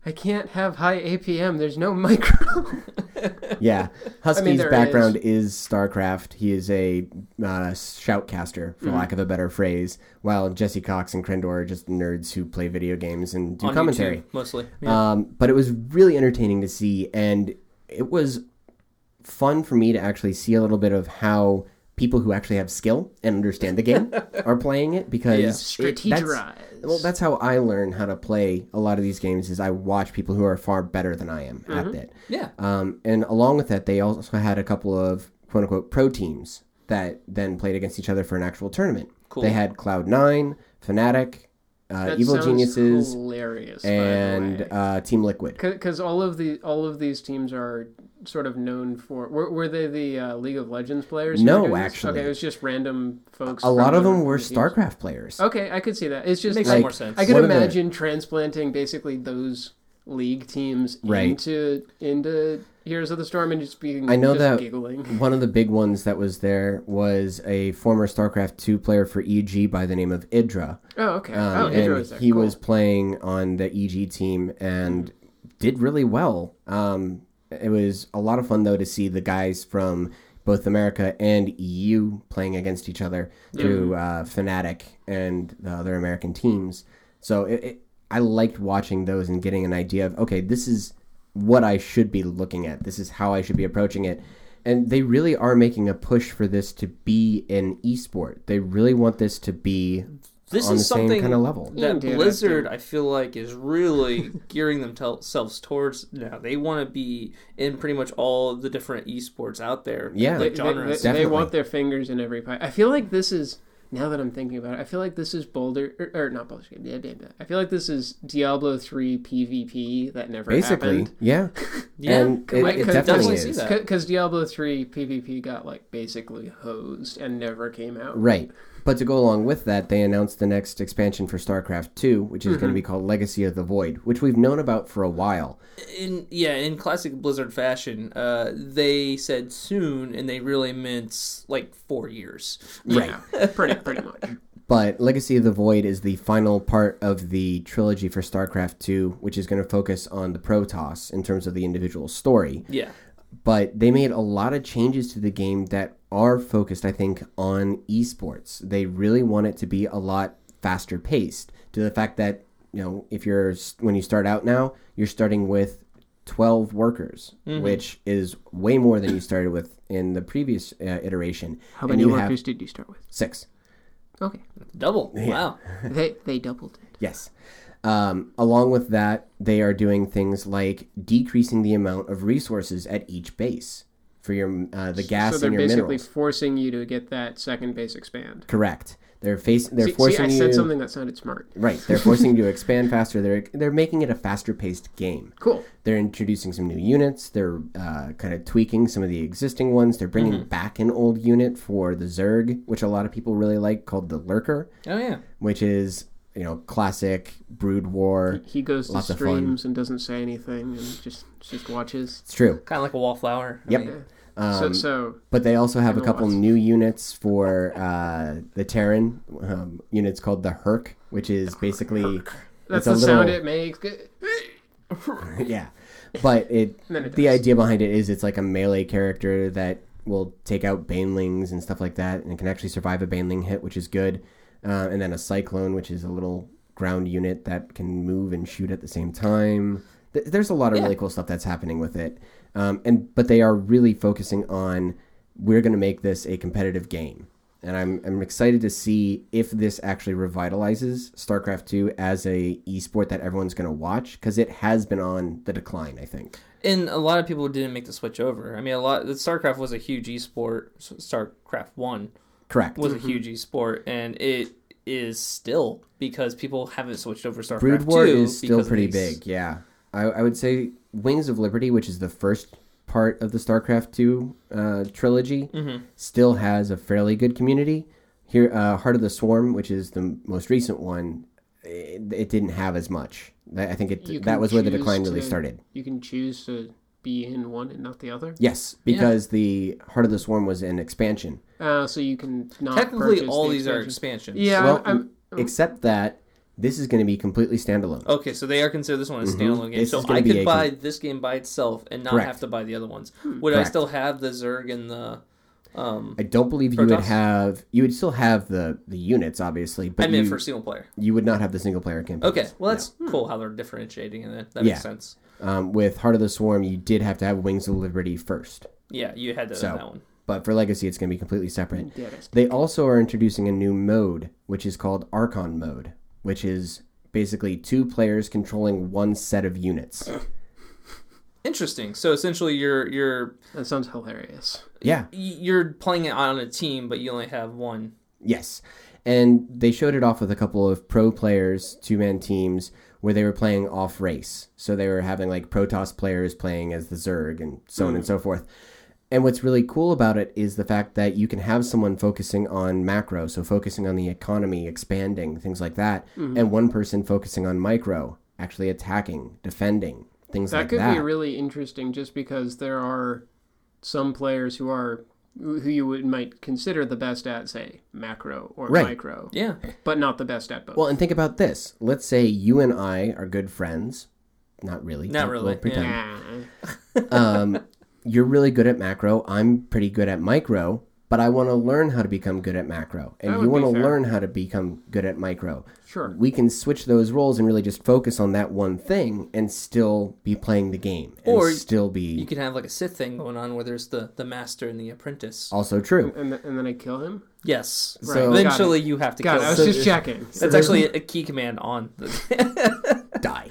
I can't have high APM. There's no micro. Yeah, Husky's there background is. StarCraft. He is a uh, shoutcaster, Hmm. for lack of a better phrase. While Jesse Cox and Krendor are just nerds who play video games and do on commentary. YouTube, mostly. Yeah. Um, but it was really entertaining to see, and it was fun for me to actually see a little bit of how people who actually have skill and understand the game are playing it because it- that's- Strategize. well, that's how I learn how to play a lot of these games. Is I watch people who are far better than I am at it. yeah. Um, and along with that, they also had a couple of quote unquote pro teams that then played against each other for an actual tournament. Cool. They had Cloud9, Fnatic, uh, That Evil sounds Geniuses, hilarious, and and uh, Team Liquid. because all of the all of these teams are sort of known for were, were they the uh, League of Legends players? who No, were doing this? actually. okay, it was just random folks. A lot from of the- them were from the teams. StarCraft players. Okay, I could see that. It's just Makes like, more sense. I could One of the- imagine transplanting basically those league teams Right. into into Heroes of the Storm and just being I know just that- giggling. One of the big ones that was there was a former StarCraft 2 player for EG by the name of Idra. Oh, okay. Um, oh, and Idra was there. he Cool. was playing on the EG team and did really well. Um, it was a lot of fun though to see the guys from both America and EU playing against each other through uh, Fnatic and the other American teams. So it, it, I liked watching those and getting an idea of okay, this is what I should be looking at. This is how I should be approaching it. And they really are making a push for this to be an esport. They really want this to be This on is the same something kind of level. that Yeah, dude, Blizzard, I feel like, is really gearing themselves towards now. They want to be in pretty much all the different esports out there. Yeah. like They- they- genres. They, they Definitely. want their fingers in every pie. I feel like this is now that I'm thinking about it. I feel like this is Boulder or, or not Boulder. Gate, blah, blah, blah. I feel like this is Diablo three PvP that never Basically, happened. yeah. Yeah, and it, I it could definitely definitely is. see that. Because Diablo three PvP got like basically hosed and never came out. Right. But to go along with that, they announced the next expansion for StarCraft 2, which is Mm-hmm. going to be called Legacy of the Void, which we've known about for a while. in yeah, in classic Blizzard fashion, uh, they said soon, and they really meant like four years. Right. pretty pretty much. But Legacy of the Void is the final part of the trilogy for StarCraft 2, which is going to focus on the Protoss in terms of the individual story. Yeah, but they made a lot of changes to the game that are focused, I think, on esports. They really want it to be a lot faster paced. To the fact that you know, if you're when you start out now, you're starting with twelve workers, Mm-hmm. which is way more than you started with in the previous uh, iteration. How And many you have workers did you start with? Six. Okay, double. Wow. they they doubled it. Yes. Um, along with that, they are doing things like decreasing the amount of resources at each base for your uh, the gas so they're and your basically minerals. forcing you to get that second base expand. Correct. They're facing. They're See, see, I forcing you. said something that sounded smart. Right. They're forcing you to expand faster. They're they're making it a faster paced game. Cool. They're introducing some new units. They're uh, kind of tweaking some of the existing ones. They're bringing Mm-hmm. back an old unit for the Zerg, which a lot of people really like, called the Lurker, Oh yeah. which is you know classic Brood War. He goes Lots to of fun. streams and doesn't say anything and just just watches. It's true. Kind of like a wallflower. I Yep. mean, Um, so, so But they also have a Everyone couple wants- new units for uh, the Terran um, units called the Herc, which is basically that's the it's a sound little- it makes. Good. yeah but it, then it the dies. idea behind it is it's like a melee character that will take out banelings and stuff like that and it can actually survive a baneling hit which is good uh, and then a cyclone which is a little ground unit that can move and shoot at the same time Th- there's a lot of really cool stuff that's happening with it um, and but they are really focusing on we're going to make this a competitive game and I'm, I'm excited to see if this actually revitalizes starcraft 2 as a esport that everyone's going to watch because it has been on the decline i think And a lot of people didn't make the switch over. I mean, a lot. StarCraft was a huge esport. StarCraft One correct was a huge esport, and it is still because people haven't switched over to StarCraft brood war Two is still because of pretty these- big yeah I, I would say wings of liberty which is the first part of the starcraft 2 uh, trilogy Mm-hmm. still has a fairly good community here uh, heart of the swarm which is the m- most recent one it, it didn't have as much i I think You it, can that was where the choose decline really to- started You can choose to be in one and not the other. Yes, because the Heart of the Swarm was an expansion. Uh, so you can not Technically, purchase all the these are expansion. expansions. Yeah, well, I'm, oh. except that This is going to be completely standalone. Okay, so they are considered this one a standalone game. Mm-hmm. This so is gonna I be could a buy this game by itself and not Correct. Hmm. have to buy the other ones. Would I Correct. still have the Zerg and the? Um, I don't believe you Protoss? would have you would still have the the units obviously, I but meant you, for single player. you would not have the single player campaign. Okay, well that's cool how they're differentiating in it. That Yeah. makes sense. Um, with Heart of the Swarm, you did have to have Wings of Liberty first, Yeah, you had to So- that one. but for Legacy, it's going to be completely separate. Dead as- They also are introducing a new mode, which is called Archon mode, which is basically two players controlling one set of units. Interesting. So essentially, you're you're That sounds hilarious. Yeah. you're playing it on a team, but you only have one. Yes. And they showed it off with a couple of pro players, two man teams, where they were playing off race. So they were having like Protoss players playing as the Zerg and so on and so forth. And what's really cool about it is the fact that you can have someone focusing on macro, so focusing on the economy, expanding, things like that, and one person focusing on micro, actually attacking, defending, things That like could that. be really interesting, just because there are some players who are who you would might consider the best at, say, macro or Right. micro, Yeah. but not the best at both. Well, and think about this. Let's say you and I are good friends. Not really. Not We'll really, yeah. pretend. Nah. um, you're really good at macro. I'm pretty good at micro, but I want to learn how to become good at macro, and That you would want be to fair. learn how to become good at micro. Sure. We can switch those roles and really just focus on that one thing and still be playing the game, and Or still be You can have like a Sith thing going on where there's the the master and the apprentice. also true. And, th- and then I kill him. Yes. Right. So Oh. So- eventually, you have to God, kill. I was them. just checking. That's actually a key command on. The... Die.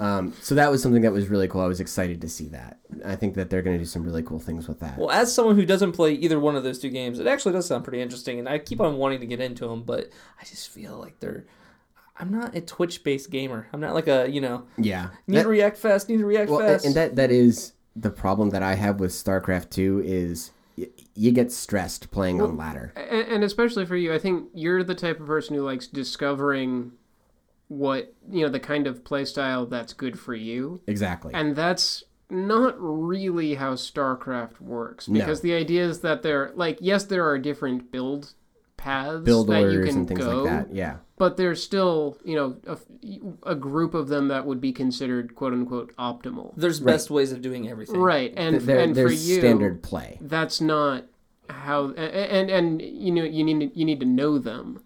Um, so that was something that was really cool. I was excited to see that. I think that they're going to do some really cool things with that. well, as someone who doesn't play either one of those two games, it actually does sound pretty interesting, and I keep on wanting to get into them, but I just feel like they're. I'm not a Twitch-based gamer. I'm not like a you know yeah. need That- to react fast, need to react well, and, fast. and that that is the problem that I have with StarCraft 2 is y- you get stressed playing on ladder. and, and especially for you, I think you're the type of person who likes discovering what you know the kind of playstyle that's good for you, Exactly. and that's not really how StarCraft works No. because the idea is that there, like, yes, there are different build paths Build that you orders can and things go, like that. Yeah. but there's still you know a, f- a group of them that would be considered quote unquote optimal, There's best ways of doing everything. right? And There- and for there's you, standard play. that's not how a- and and you know you need to, you need to know them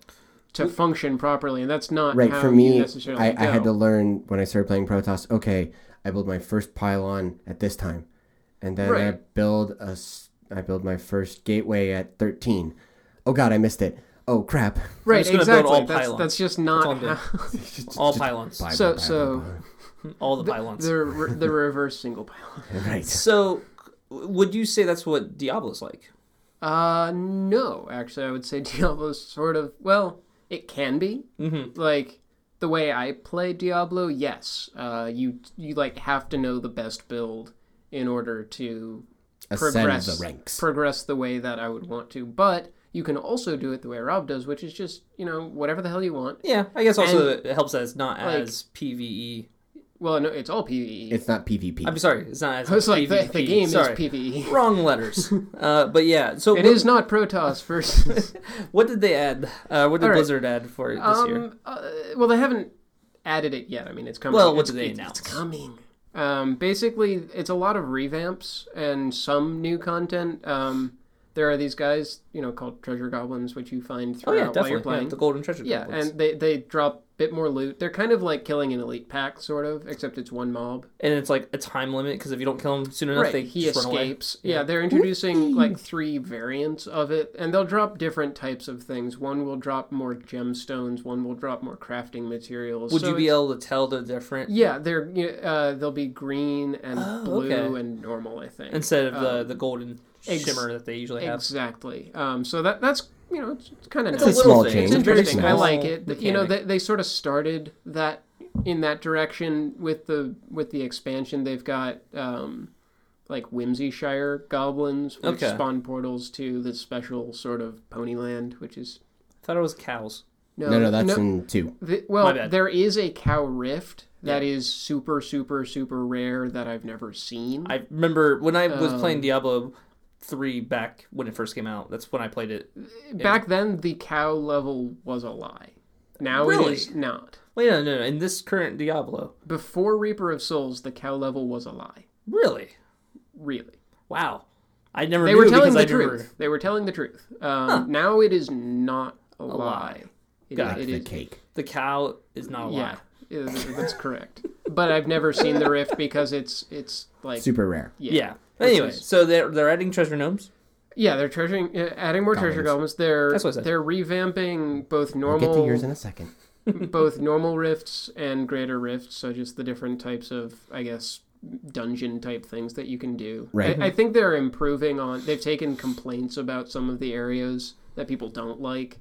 to function properly and that's not Right. how For you me, necessarily I, go. I had to learn when I started playing Protoss. Okay, I build my first pylon at this time, and then I Right. build a s- I build my first gateway at thirteen. Oh God, I missed it. Oh crap. right just gonna build exactly all that's, pylons. that's just all not I'm doing. how All pylons, Bye, So- bye, bye, so- bye, all the pylons. the, re- the reverse single pylon bye. right. So, would you say that's what Diablo's like? uh no actually i would say diablo's sort of well it can be Mm-hmm. like the way I play Diablo, yes, uh, you you like have to know the best build in order to Ascend the progress ranks. progress the way that I would want to. But you can also do it the way Rob does, which is just you know whatever the hell you want. Yeah, I guess also it helps that it's not like- as PVE. Well, no, it's all PVE. It's not PvP. I'm sorry, it's not as it's like the, PvP. the game E. Sorry. is PVE. Wrong letters. uh, but yeah, so It what, is not Protoss versus. what did they add? Uh, what did All right. Blizzard add for it this year? um, uh, well, they haven't added it yet. I mean, it's coming. Well, what It's- did they it's- announce? It's coming. Um, basically, it's a lot of revamps and some new content. Um, there are these guys, you know, called treasure goblins, which you find Oh throughout yeah, uh, while definitely. you're playing. Yeah, the Golden Treasure. Yeah, Goblins. and they they drop a bit more loot. They're kind of like killing an elite pack, sort of, except it's one mob. and it's like a time limit because if you don't kill him soon enough, they he just run away. escapes. Yeah. they're introducing like three variants of it, and they'll drop different types of things. One will drop more gemstones. One will drop more crafting materials. Would So you be it's- able to tell the different Yeah, they're you know, uh, they'll be green and Oh, blue okay. and normal. I think instead of the the golden Um, ex- shimmer that they usually have? exactly. Um, so that that's you know it's, it's kind of It's nice. a It's a little small thing. change. It's It's very interesting. I small like it. You know, they, mechanic. they sort of started that in that direction with the with the expansion. They've got um, like Whimsyshire goblins, which Okay. spawn portals to the special sort of Ponyland, which is I thought it was cows. no, no, no, that's in two. the- My well, bad. there is a cow rift that is super, super, super rare that I've never seen. I remember when I was Mm. Um, playing Diablo three Mm. back when it first came out. That's when I played it. Back then, the cow level was a lie. Now Really? it is not. Wait, no, no, no. In this current Diablo, Before Reaper of Souls, the cow level was a lie. really? Really. Wow. I never They knew were telling because the I truth. never. They were telling the truth. Um, Now it is not a, lie. lie. It- Got Like it the is- cake. The cow is not a lie. Yeah, it- that's correct. But I've never seen the rift because it's it's like Super rare. Yeah. Yeah. But anyway, Which is- so they're they're adding treasure gnomes. yeah they're treasuring uh, adding more treasure golems. They're That's what I said. they're revamping both We'll get to yours normal in a second. both normal rifts and greater rifts. So just the different types of I guess dungeon type things that you can do. Right. I, I think they're improving on. They've taken complaints about some of the areas that people don't like,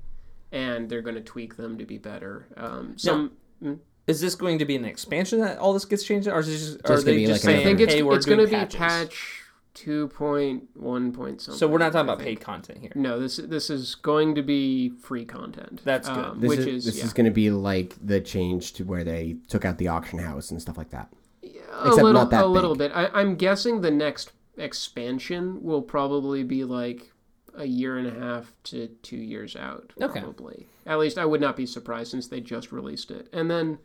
and they're going to tweak them to be better. Um, some. Mm? Is this going to be an expansion that all this gets changed, in, or is this just, are gonna they be just like an saying, I think it's hey, we're it's going to be patch two point one point something. So we're not talking I about think. paid content here. No, this this is going to be free content. That's good. Um, This which is, is, this yeah. is going to be like the change to where they took out the auction house and stuff like that. a except little not that a little big. bit. I, I'm guessing the next expansion will probably be like a year and a half to two years out. Okay. Probably. At least I would not be surprised since they just released it. And then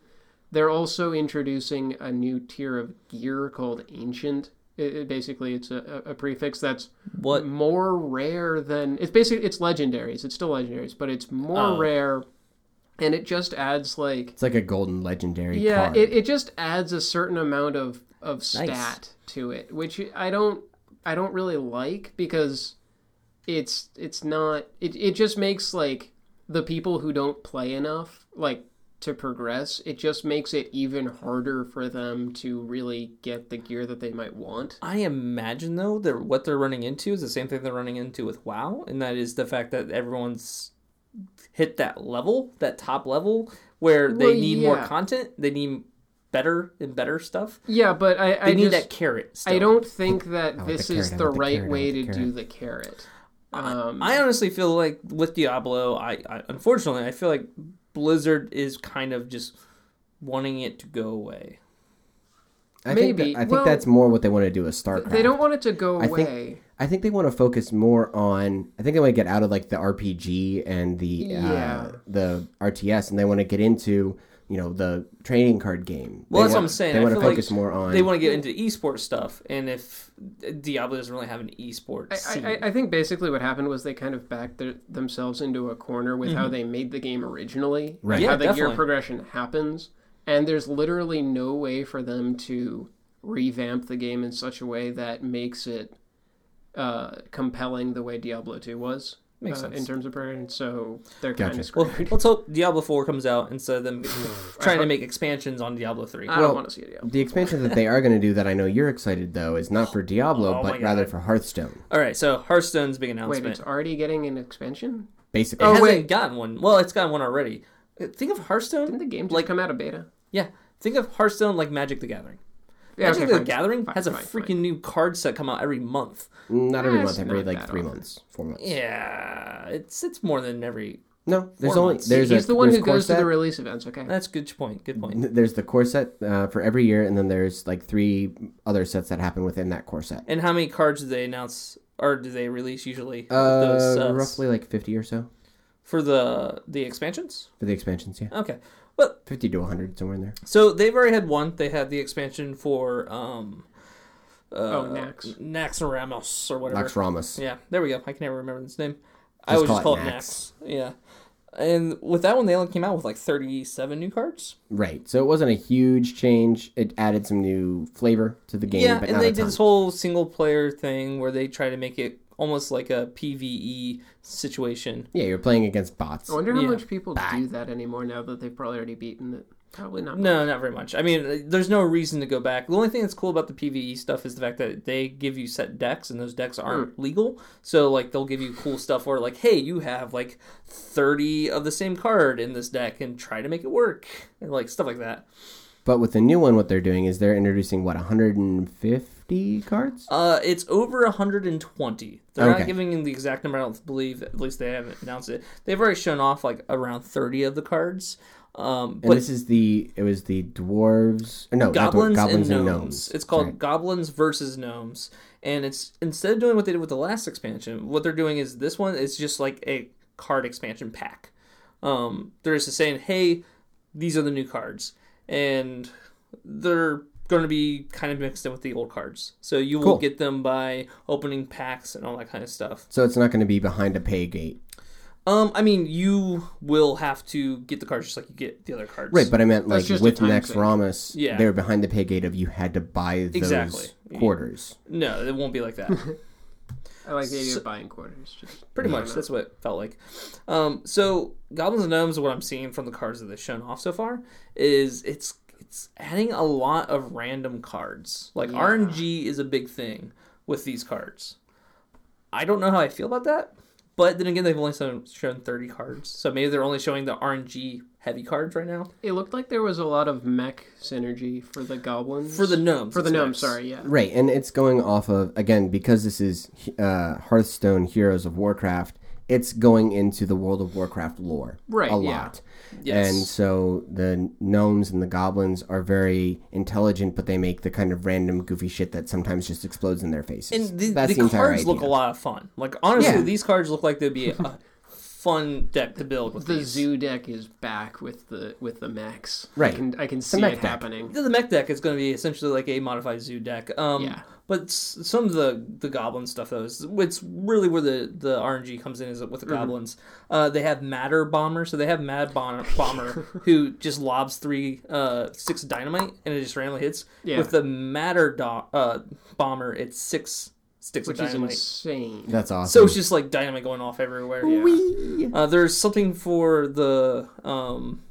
they're also introducing a new tier of gear called ancient. It, it- basically, it's a, a a prefix that's What? more rare than it's basically it's legendaries. It's still legendaries, but it's more Oh. rare, and it just adds like It's like a golden legendary yeah, card. it, it just adds a certain amount of of stat to it, which I don't I don't really like because it's it's not it it just makes like the people who don't play enough like to progress. It just makes it even harder for them to really get the gear that they might want. I imagine though that what they're running into is the same thing they're running into with WoW, and that is the fact that everyone's hit that level, that top level, where Well, they need more yeah. content, they need better and better stuff. Yeah, but I They I need just, that carrot. Still. I don't think that like this the is carrot, I the want the right carrot, I way want to the do the carrot. Um, I honestly feel like with Diablo, I, I unfortunately I feel like Blizzard is kind of just wanting it to go away. I maybe. Think that, I think Well, that's more what they want to do with StarCraft. they don't want it to go I think- away. I think they want to focus more on. I think they want to get out of like the RPG and the Yeah. uh, the RTS, and they want to get into you know the trading card game. Well, They that's want- what I'm saying. They I want to feel like focus more on. They want to get into esports stuff, and if Diablo doesn't really have an esports scene, I, I, I think basically what happened was they kind of backed their, themselves into a corner with how they made the game originally, Right. and Yeah, how the definitely. gear progression happens, and there's literally no way for them to revamp the game in such a way that makes it uh, compelling the way Diablo 2 was Makes uh, sense. in terms of progression. So they're kind Gotcha. of screwed. Well, let's hope Diablo Four comes out instead of them trying to make expansions on Diablo Three. I well, don't want to see it. the expansion that they are going to do that I know you're excited though is not for Diablo, Oh my but rather God. for Hearthstone, All right, so Hearthstone's big Wait, announcement. it's already getting an expansion? basically. it hasn't wait. gotten one. Well, it's gotten one already. Uh, Think of Hearthstone. Didn't the game just Like- come out of beta? Yeah, think of Hearthstone like Magic the Gathering. Yeah, Magic okay, the fine. Gathering Fine, has a fine, freaking fine. new card set come out every month. Not every That's month, every not like that three often. months, four months. Yeah, it's it's more than every. No, there's Four only months. there's He's a, the one there's who core goes to set. the release events, okay? That's good point. Good point. There's the core set uh, for every year, and then there's like three other sets that happen within that core set. And how many cards do they announce or do they release usually? with Uh, sets? roughly like 50 or so for the the expansions. for the expansions, yeah. Okay, well, 50 to 100, somewhere in there. so they've already had one. They had the expansion for um, uh, Oh, Nax. Naxxramas or whatever. Lax Ramos. Yeah, there we go. I can never remember his name. I Just always call just it call it Nax. Nax. Yeah, and with that one, they only came out with like thirty-seven new cards. Right. So it wasn't a huge change. It added some new flavor to the game. yeah, but and not they a did ton. this whole single player thing where they try to make it almost like a PVE situation. Yeah, you're playing against bots. I wonder how Yeah. much people do that anymore now that they've probably already beaten it. Probably not. No, not very much. I mean, there's no reason to go back. The only thing that's cool about the PVE stuff is the fact that they give you set decks, and those decks aren't Hmm. legal. So, like, they'll give you cool stuff where, like, hey, you have like 30 of the same card in this deck, and try to make it work, and like stuff like that. But with the new one, what they're doing is they're introducing, what, 150 cards? Uh, it's over 120. They're not Okay. giving you the exact number. I don't believe. At least they haven't announced it. They've already shown off like around 30 of the cards. Um, And but this is the, it was the dwarves, or no, not dwar- goblins, goblins and, gnomes. It's called Goblins versus Gnomes, and it's instead of doing what they did with the last expansion, what they're doing is this one is just like a card expansion pack. Um, they're just saying, hey, these are the new cards, and they're going to be kind of mixed in with the old cards. So you will Cool. get them by opening packs and all that kind of stuff. So it's not going to be behind a pay gate. Um, I mean, you will have to get the cards just like you get the other cards. Right, but I meant like That's just a with time Next thing. Ramos, Yeah. they were behind the pay gate of you had to buy those Exactly. quarters. No, it won't be like that. I like the idea So- of buying quarters. Just Pretty why much. not? That's what it felt like. Um, so Goblins and Gnomes, what I'm seeing from the cards that they've shown off so far, is it's it's adding a lot of random cards. Like Yeah. RNG is a big thing with these cards. I don't know how I feel about that, but then again, they've only shown, shown 30 cards, so maybe they're only showing the RNG heavy cards right now it looked like there was a lot of mech synergy for the goblins. for the gnomes. for the it's gnome. next. Sorry, yeah. Right, and it's going off of again because this is uh, Hearthstone Heroes of Warcraft. It's going into the World of Warcraft lore Right, a yeah. lot, Yes. and so the gnomes and the goblins are very intelligent, but they make the kind of random goofy shit that sometimes just explodes in their faces. And the, That's the, the, entire cards idea. look a lot of fun. Like honestly, Yeah. these cards look like they'd be a fun deck to build with The these. zoo deck is back with the with the mechs. Right. I can, I can see mech it deck. happening. The mech deck is going to be essentially like a modified zoo deck. Um, Yeah. But s- some of the the goblin stuff though is it's really where the the RNG comes in is with the Mm-hmm. goblins. Uh, they have Matter Bomber, so they have Mad bon- Bomber who just lobs three uh six dynamite and it just randomly hits. Yeah. With the Matter do- uh Bomber, it's six sticks Which of is dynamite. insane. That's awesome. So it's just like dynamite going off everywhere. Uh, there's something for the um,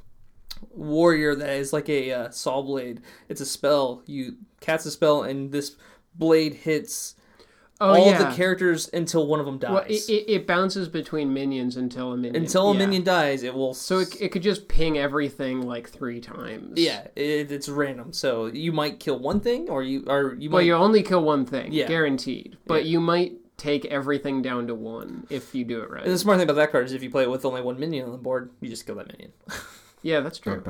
warrior that is like a uh, saw blade. It's a spell. You cast a spell, and this blade hits Oh all yeah. the characters until one of them dies. well, it, it, it bounces between minions until a minion. until a yeah. minion dies, it will. So it, it could just ping everything like three times. yeah, it, it's random. So you might kill one thing, or you or you Well, might. you only kill one thing, Yeah. guaranteed. But you might take everything down to one if you do it right. And the smart thing about that card is if you play it with only one minion on the board, you just kill that minion. Yeah, that's true.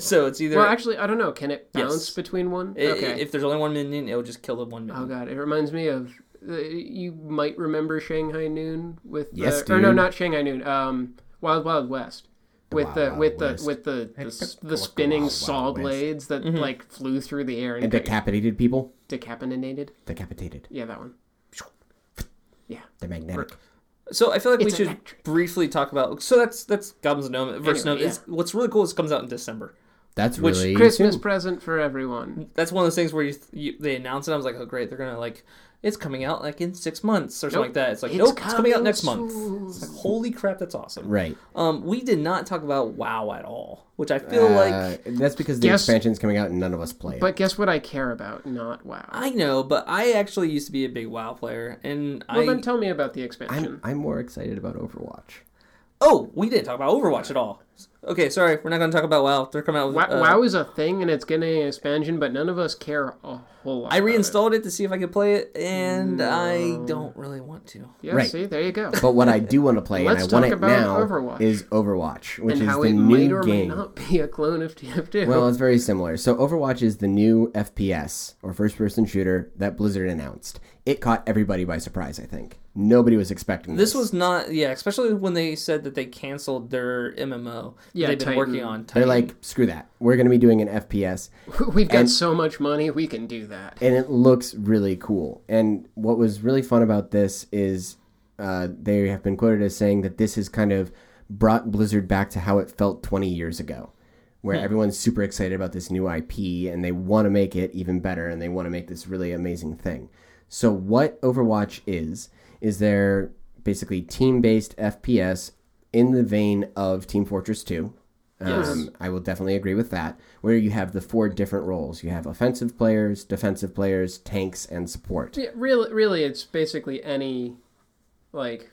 so it's either Well, actually, I don't know. Can it Yes. bounce between one? i- i- okay. if there's only one minion, it'll just kill the one minion. oh god, it reminds me of uh, you might remember Shanghai Noon with the, Yes, or no, dude. not Shanghai Noon. Um, Wild Wild West. With Wild the, Wild with the West. with the the, s- Wild the spinning Wild saw West. blades that Mm-hmm. like flew through the air and, and got you decapitated people, decapitated. decapitated. Yeah, that one. They're magnetic. So I feel like we It's should electric. briefly talk about. So that's that's Goblins and Gnome versus Anyway, Gnome. It's- What's really cool is it comes out in December. That's Which really Christmas soon. present for everyone. That's one of those things where you, you they announce it. I was like, oh great, they're gonna like it's coming out like in six months or something Nope. like that. It's like It's nope, it's coming out coming next soon. month. It's like, holy crap, that's awesome. Right. Um, we did not talk about WoW at all, which I feel like Uh, that's because the Guess- expansion's coming out and none of us play it. But guess what? I care about not WoW. I know, but I actually used to be a big WoW player, and well, I then tell me about the I'm, expansion. I'm more excited about Overwatch. oh, we didn't talk about Overwatch at all. Okay, sorry, we're not gonna talk about WoW. They're coming out. With, Wow, uh, WoW is a thing and it's getting an expansion, but none of us care a whole lot. I about it. reinstalled it to see if I could play it, and I don't really want to. Yeah, Right. see, there you go. But what I do want to play, and I Let's want talk it about now, Overwatch. is Overwatch, which and is how the it might new or game. might not be a clone of TF2. Well, it's very similar. So Overwatch is the new FPS or first-person shooter that Blizzard announced. It caught everybody by surprise. I think nobody was expecting this. This was not, yeah, especially when they said that they canceled their MMO Yeah, they've been Titan. working on. They're Titan. like, screw that. We're going to be doing an FPS, We've got so much money, we can do that. and it looks really cool. And what was really fun about this is uh, they have been quoted as saying that this has kind of brought Blizzard back to how it felt 20 years ago, where everyone's super excited about this new IP and they want to make it even better and they want to make this really amazing thing. So, what Overwatch is, is they're basically team based FPS in the vein of Team Fortress 2. Um, I will definitely agree with that. Where you have the four different roles you have offensive players, defensive players, tanks, and support. Yeah, really, really, it's basically any like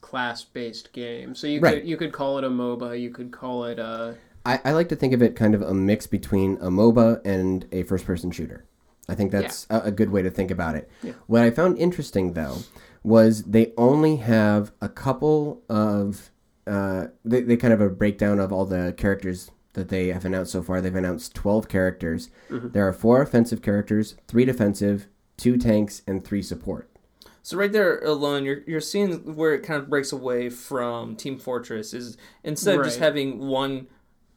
class-based game. So you Right. could you could call it a MOBA. You could call it a I, I like to think of it kind of a mix between a MOBA and a first person shooter. I think that's a, a good way to think about it. What I found interesting, though, was they only have a couple of. Uh, they, they kind of have a breakdown of all the characters that they have announced so far. They've announced 12 characters. There are four offensive characters, three defensive, two tanks, and three support. So right there alone, you're you're seeing where it kind of breaks away from Team Fortress. Is instead of just Right. having one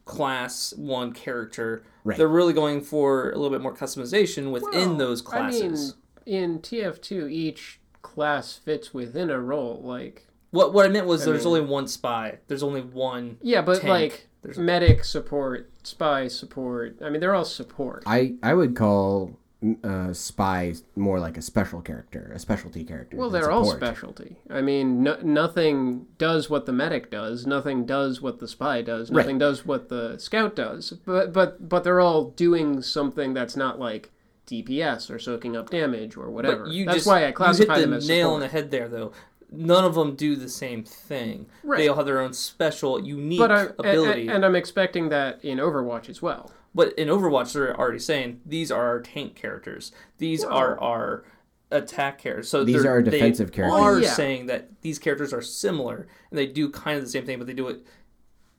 class, one character, Right. they're really going for a little bit more customization within Well, those classes. oh, I mean, in TF2, each class fits within a role. Like, what what I meant was I there's mean- only one spy. There's only one. yeah, but Tank. like There's- medic support, spy support. I mean, they're all support. I I would call uh, spy more like a special character, a specialty character. well, than they're all support. specialty. I mean, no, nothing does what the medic does. Nothing does what the spy does. Right. Nothing does what the scout does. But but but they're all doing something that's not like DPS or soaking up damage or whatever. But you that's just, why I classify you hit the them as nail support. on the head there though. None of them do the same thing. Right. They all have their own special, unique but I, ability. and, and I'm expecting that in Overwatch as well. But in Overwatch, they're already saying these are our tank characters. These are our attack characters. So These they're- are our they defensive characters. Are Oh, Yeah. saying that these characters are similar and they do kind of the same thing, but they do it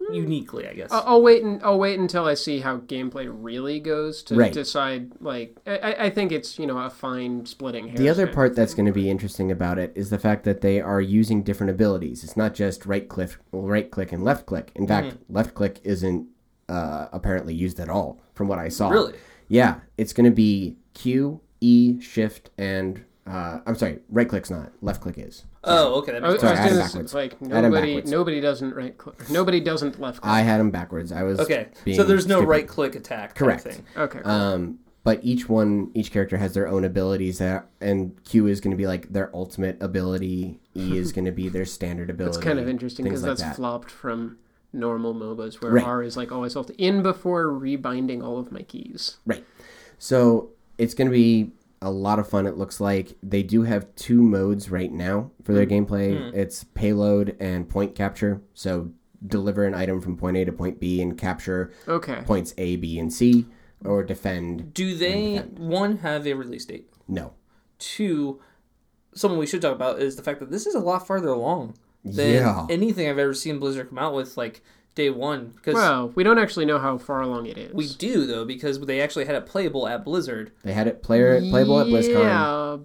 Hmm. uniquely, I guess. I'll, I'll wait and I'll wait until I see how gameplay really goes to Right. decide. Like I, I- I think it's you know a fine splitting. Hairs The other kind of part that's thing. going to be interesting about it is the fact that they are using different abilities. It's not just right click, right click, and left click. In fact, Mm. left click isn't uh, apparently used at all, from what I saw. Really? Yeah, it's going to be Q, E, Shift, and uh, I'm sorry, right click's not. Left click is. oh, okay. That I was, makes I Sorry, I was had gonna it say, backwards. like I had it nobody backwards. nobody doesn't right click. Nobody doesn't left click. I had them backwards. I was Okay. being So there's no stupid. right click attack. Type Correct. Thing. okay. cool. Um, but each one, each character has their own abilities. That and Q is going to be like their ultimate ability. E is going to be their standard ability. it's kind of interesting uh, things because like that. that's flopped from normal MOBAs where Right. R is like always off in before rebinding all of my keys. Right. So it's going to be a lot of fun. It looks like they do have two modes right now for Hmm. their gameplay. It's payload and point capture. So deliver an item from point A to point B and capture Okay. points A, B, and C, or defend. Do they, one, have a release date? No. Two, someone we should talk about is the fact that this is a lot farther along than Yeah. anything I've ever seen Blizzard come out with, like day one. Because Well, we don't actually know how far along it is. We do though because they actually had it playable at Blizzard. They had it player playable at BlizzCon. Yeah,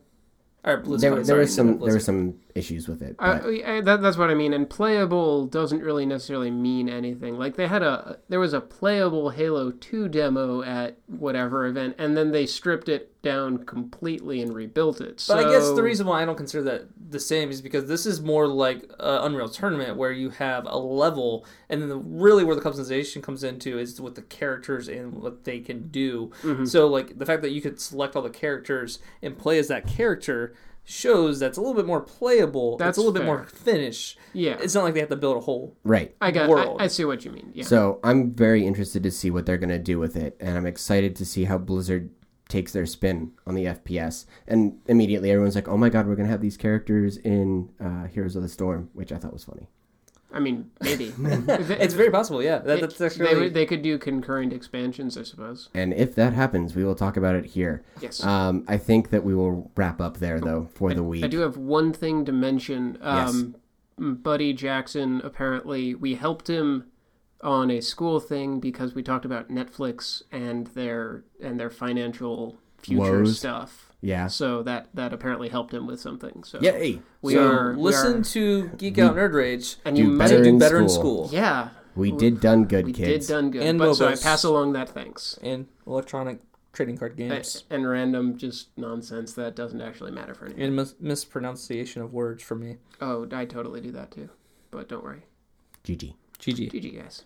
Or BlizzCon. There, there sorry, was some not there were Blizzard. some issues with it. but- I, I, that, that's what I mean. And playable doesn't really necessarily mean anything. Like they had a there was a playable Halo Two demo at whatever event, and then they stripped it down completely and rebuilt it. So But I guess the reason why I don't consider that the same is because this is more like uh, Unreal Tournament where you have a level, and then the, really where the customization comes into is with the characters and what they can do. Mm-hmm. So like the fact that you could select all the characters and play as that character shows that's a little bit more playable. That's That's a little bit fair. more finished. Yeah. it's not like they have to build a whole. right. I got world. I, I see what you mean. Yeah. So I'm very interested to see what they're going to do with it, and I'm excited to see how Blizzard takes their spin on the FPS. And immediately everyone's like, "Oh my God, we're going to have these characters in uh, Heroes of the Storm," which I thought was funny. I mean, maybe It's very possible. Yeah, that, that's actually they, would- they could do concurrent expansions, I suppose. And if that happens, we will talk about it here. Yes. Um, I think that we will wrap up there though for the I week. do have one thing to mention. Um, Buddy Jackson, apparently, we helped him on a school thing because we talked about Netflix and their and their financial future Woes. stuff. Yeah. So that that apparently helped him with something. So Yay. we so are we listen are- to Geek Out Nerd Rage. and Do you better might in do better in school. school. yeah We did done good, we kids. did done good. And but, so I MOBAs. pass along that thanks. and electronic trading card games And random just nonsense that doesn't actually matter for anything. and mis- mispronunciation of words for me. Oh, I totally do that too. But don't worry. GG. GG. GG guys.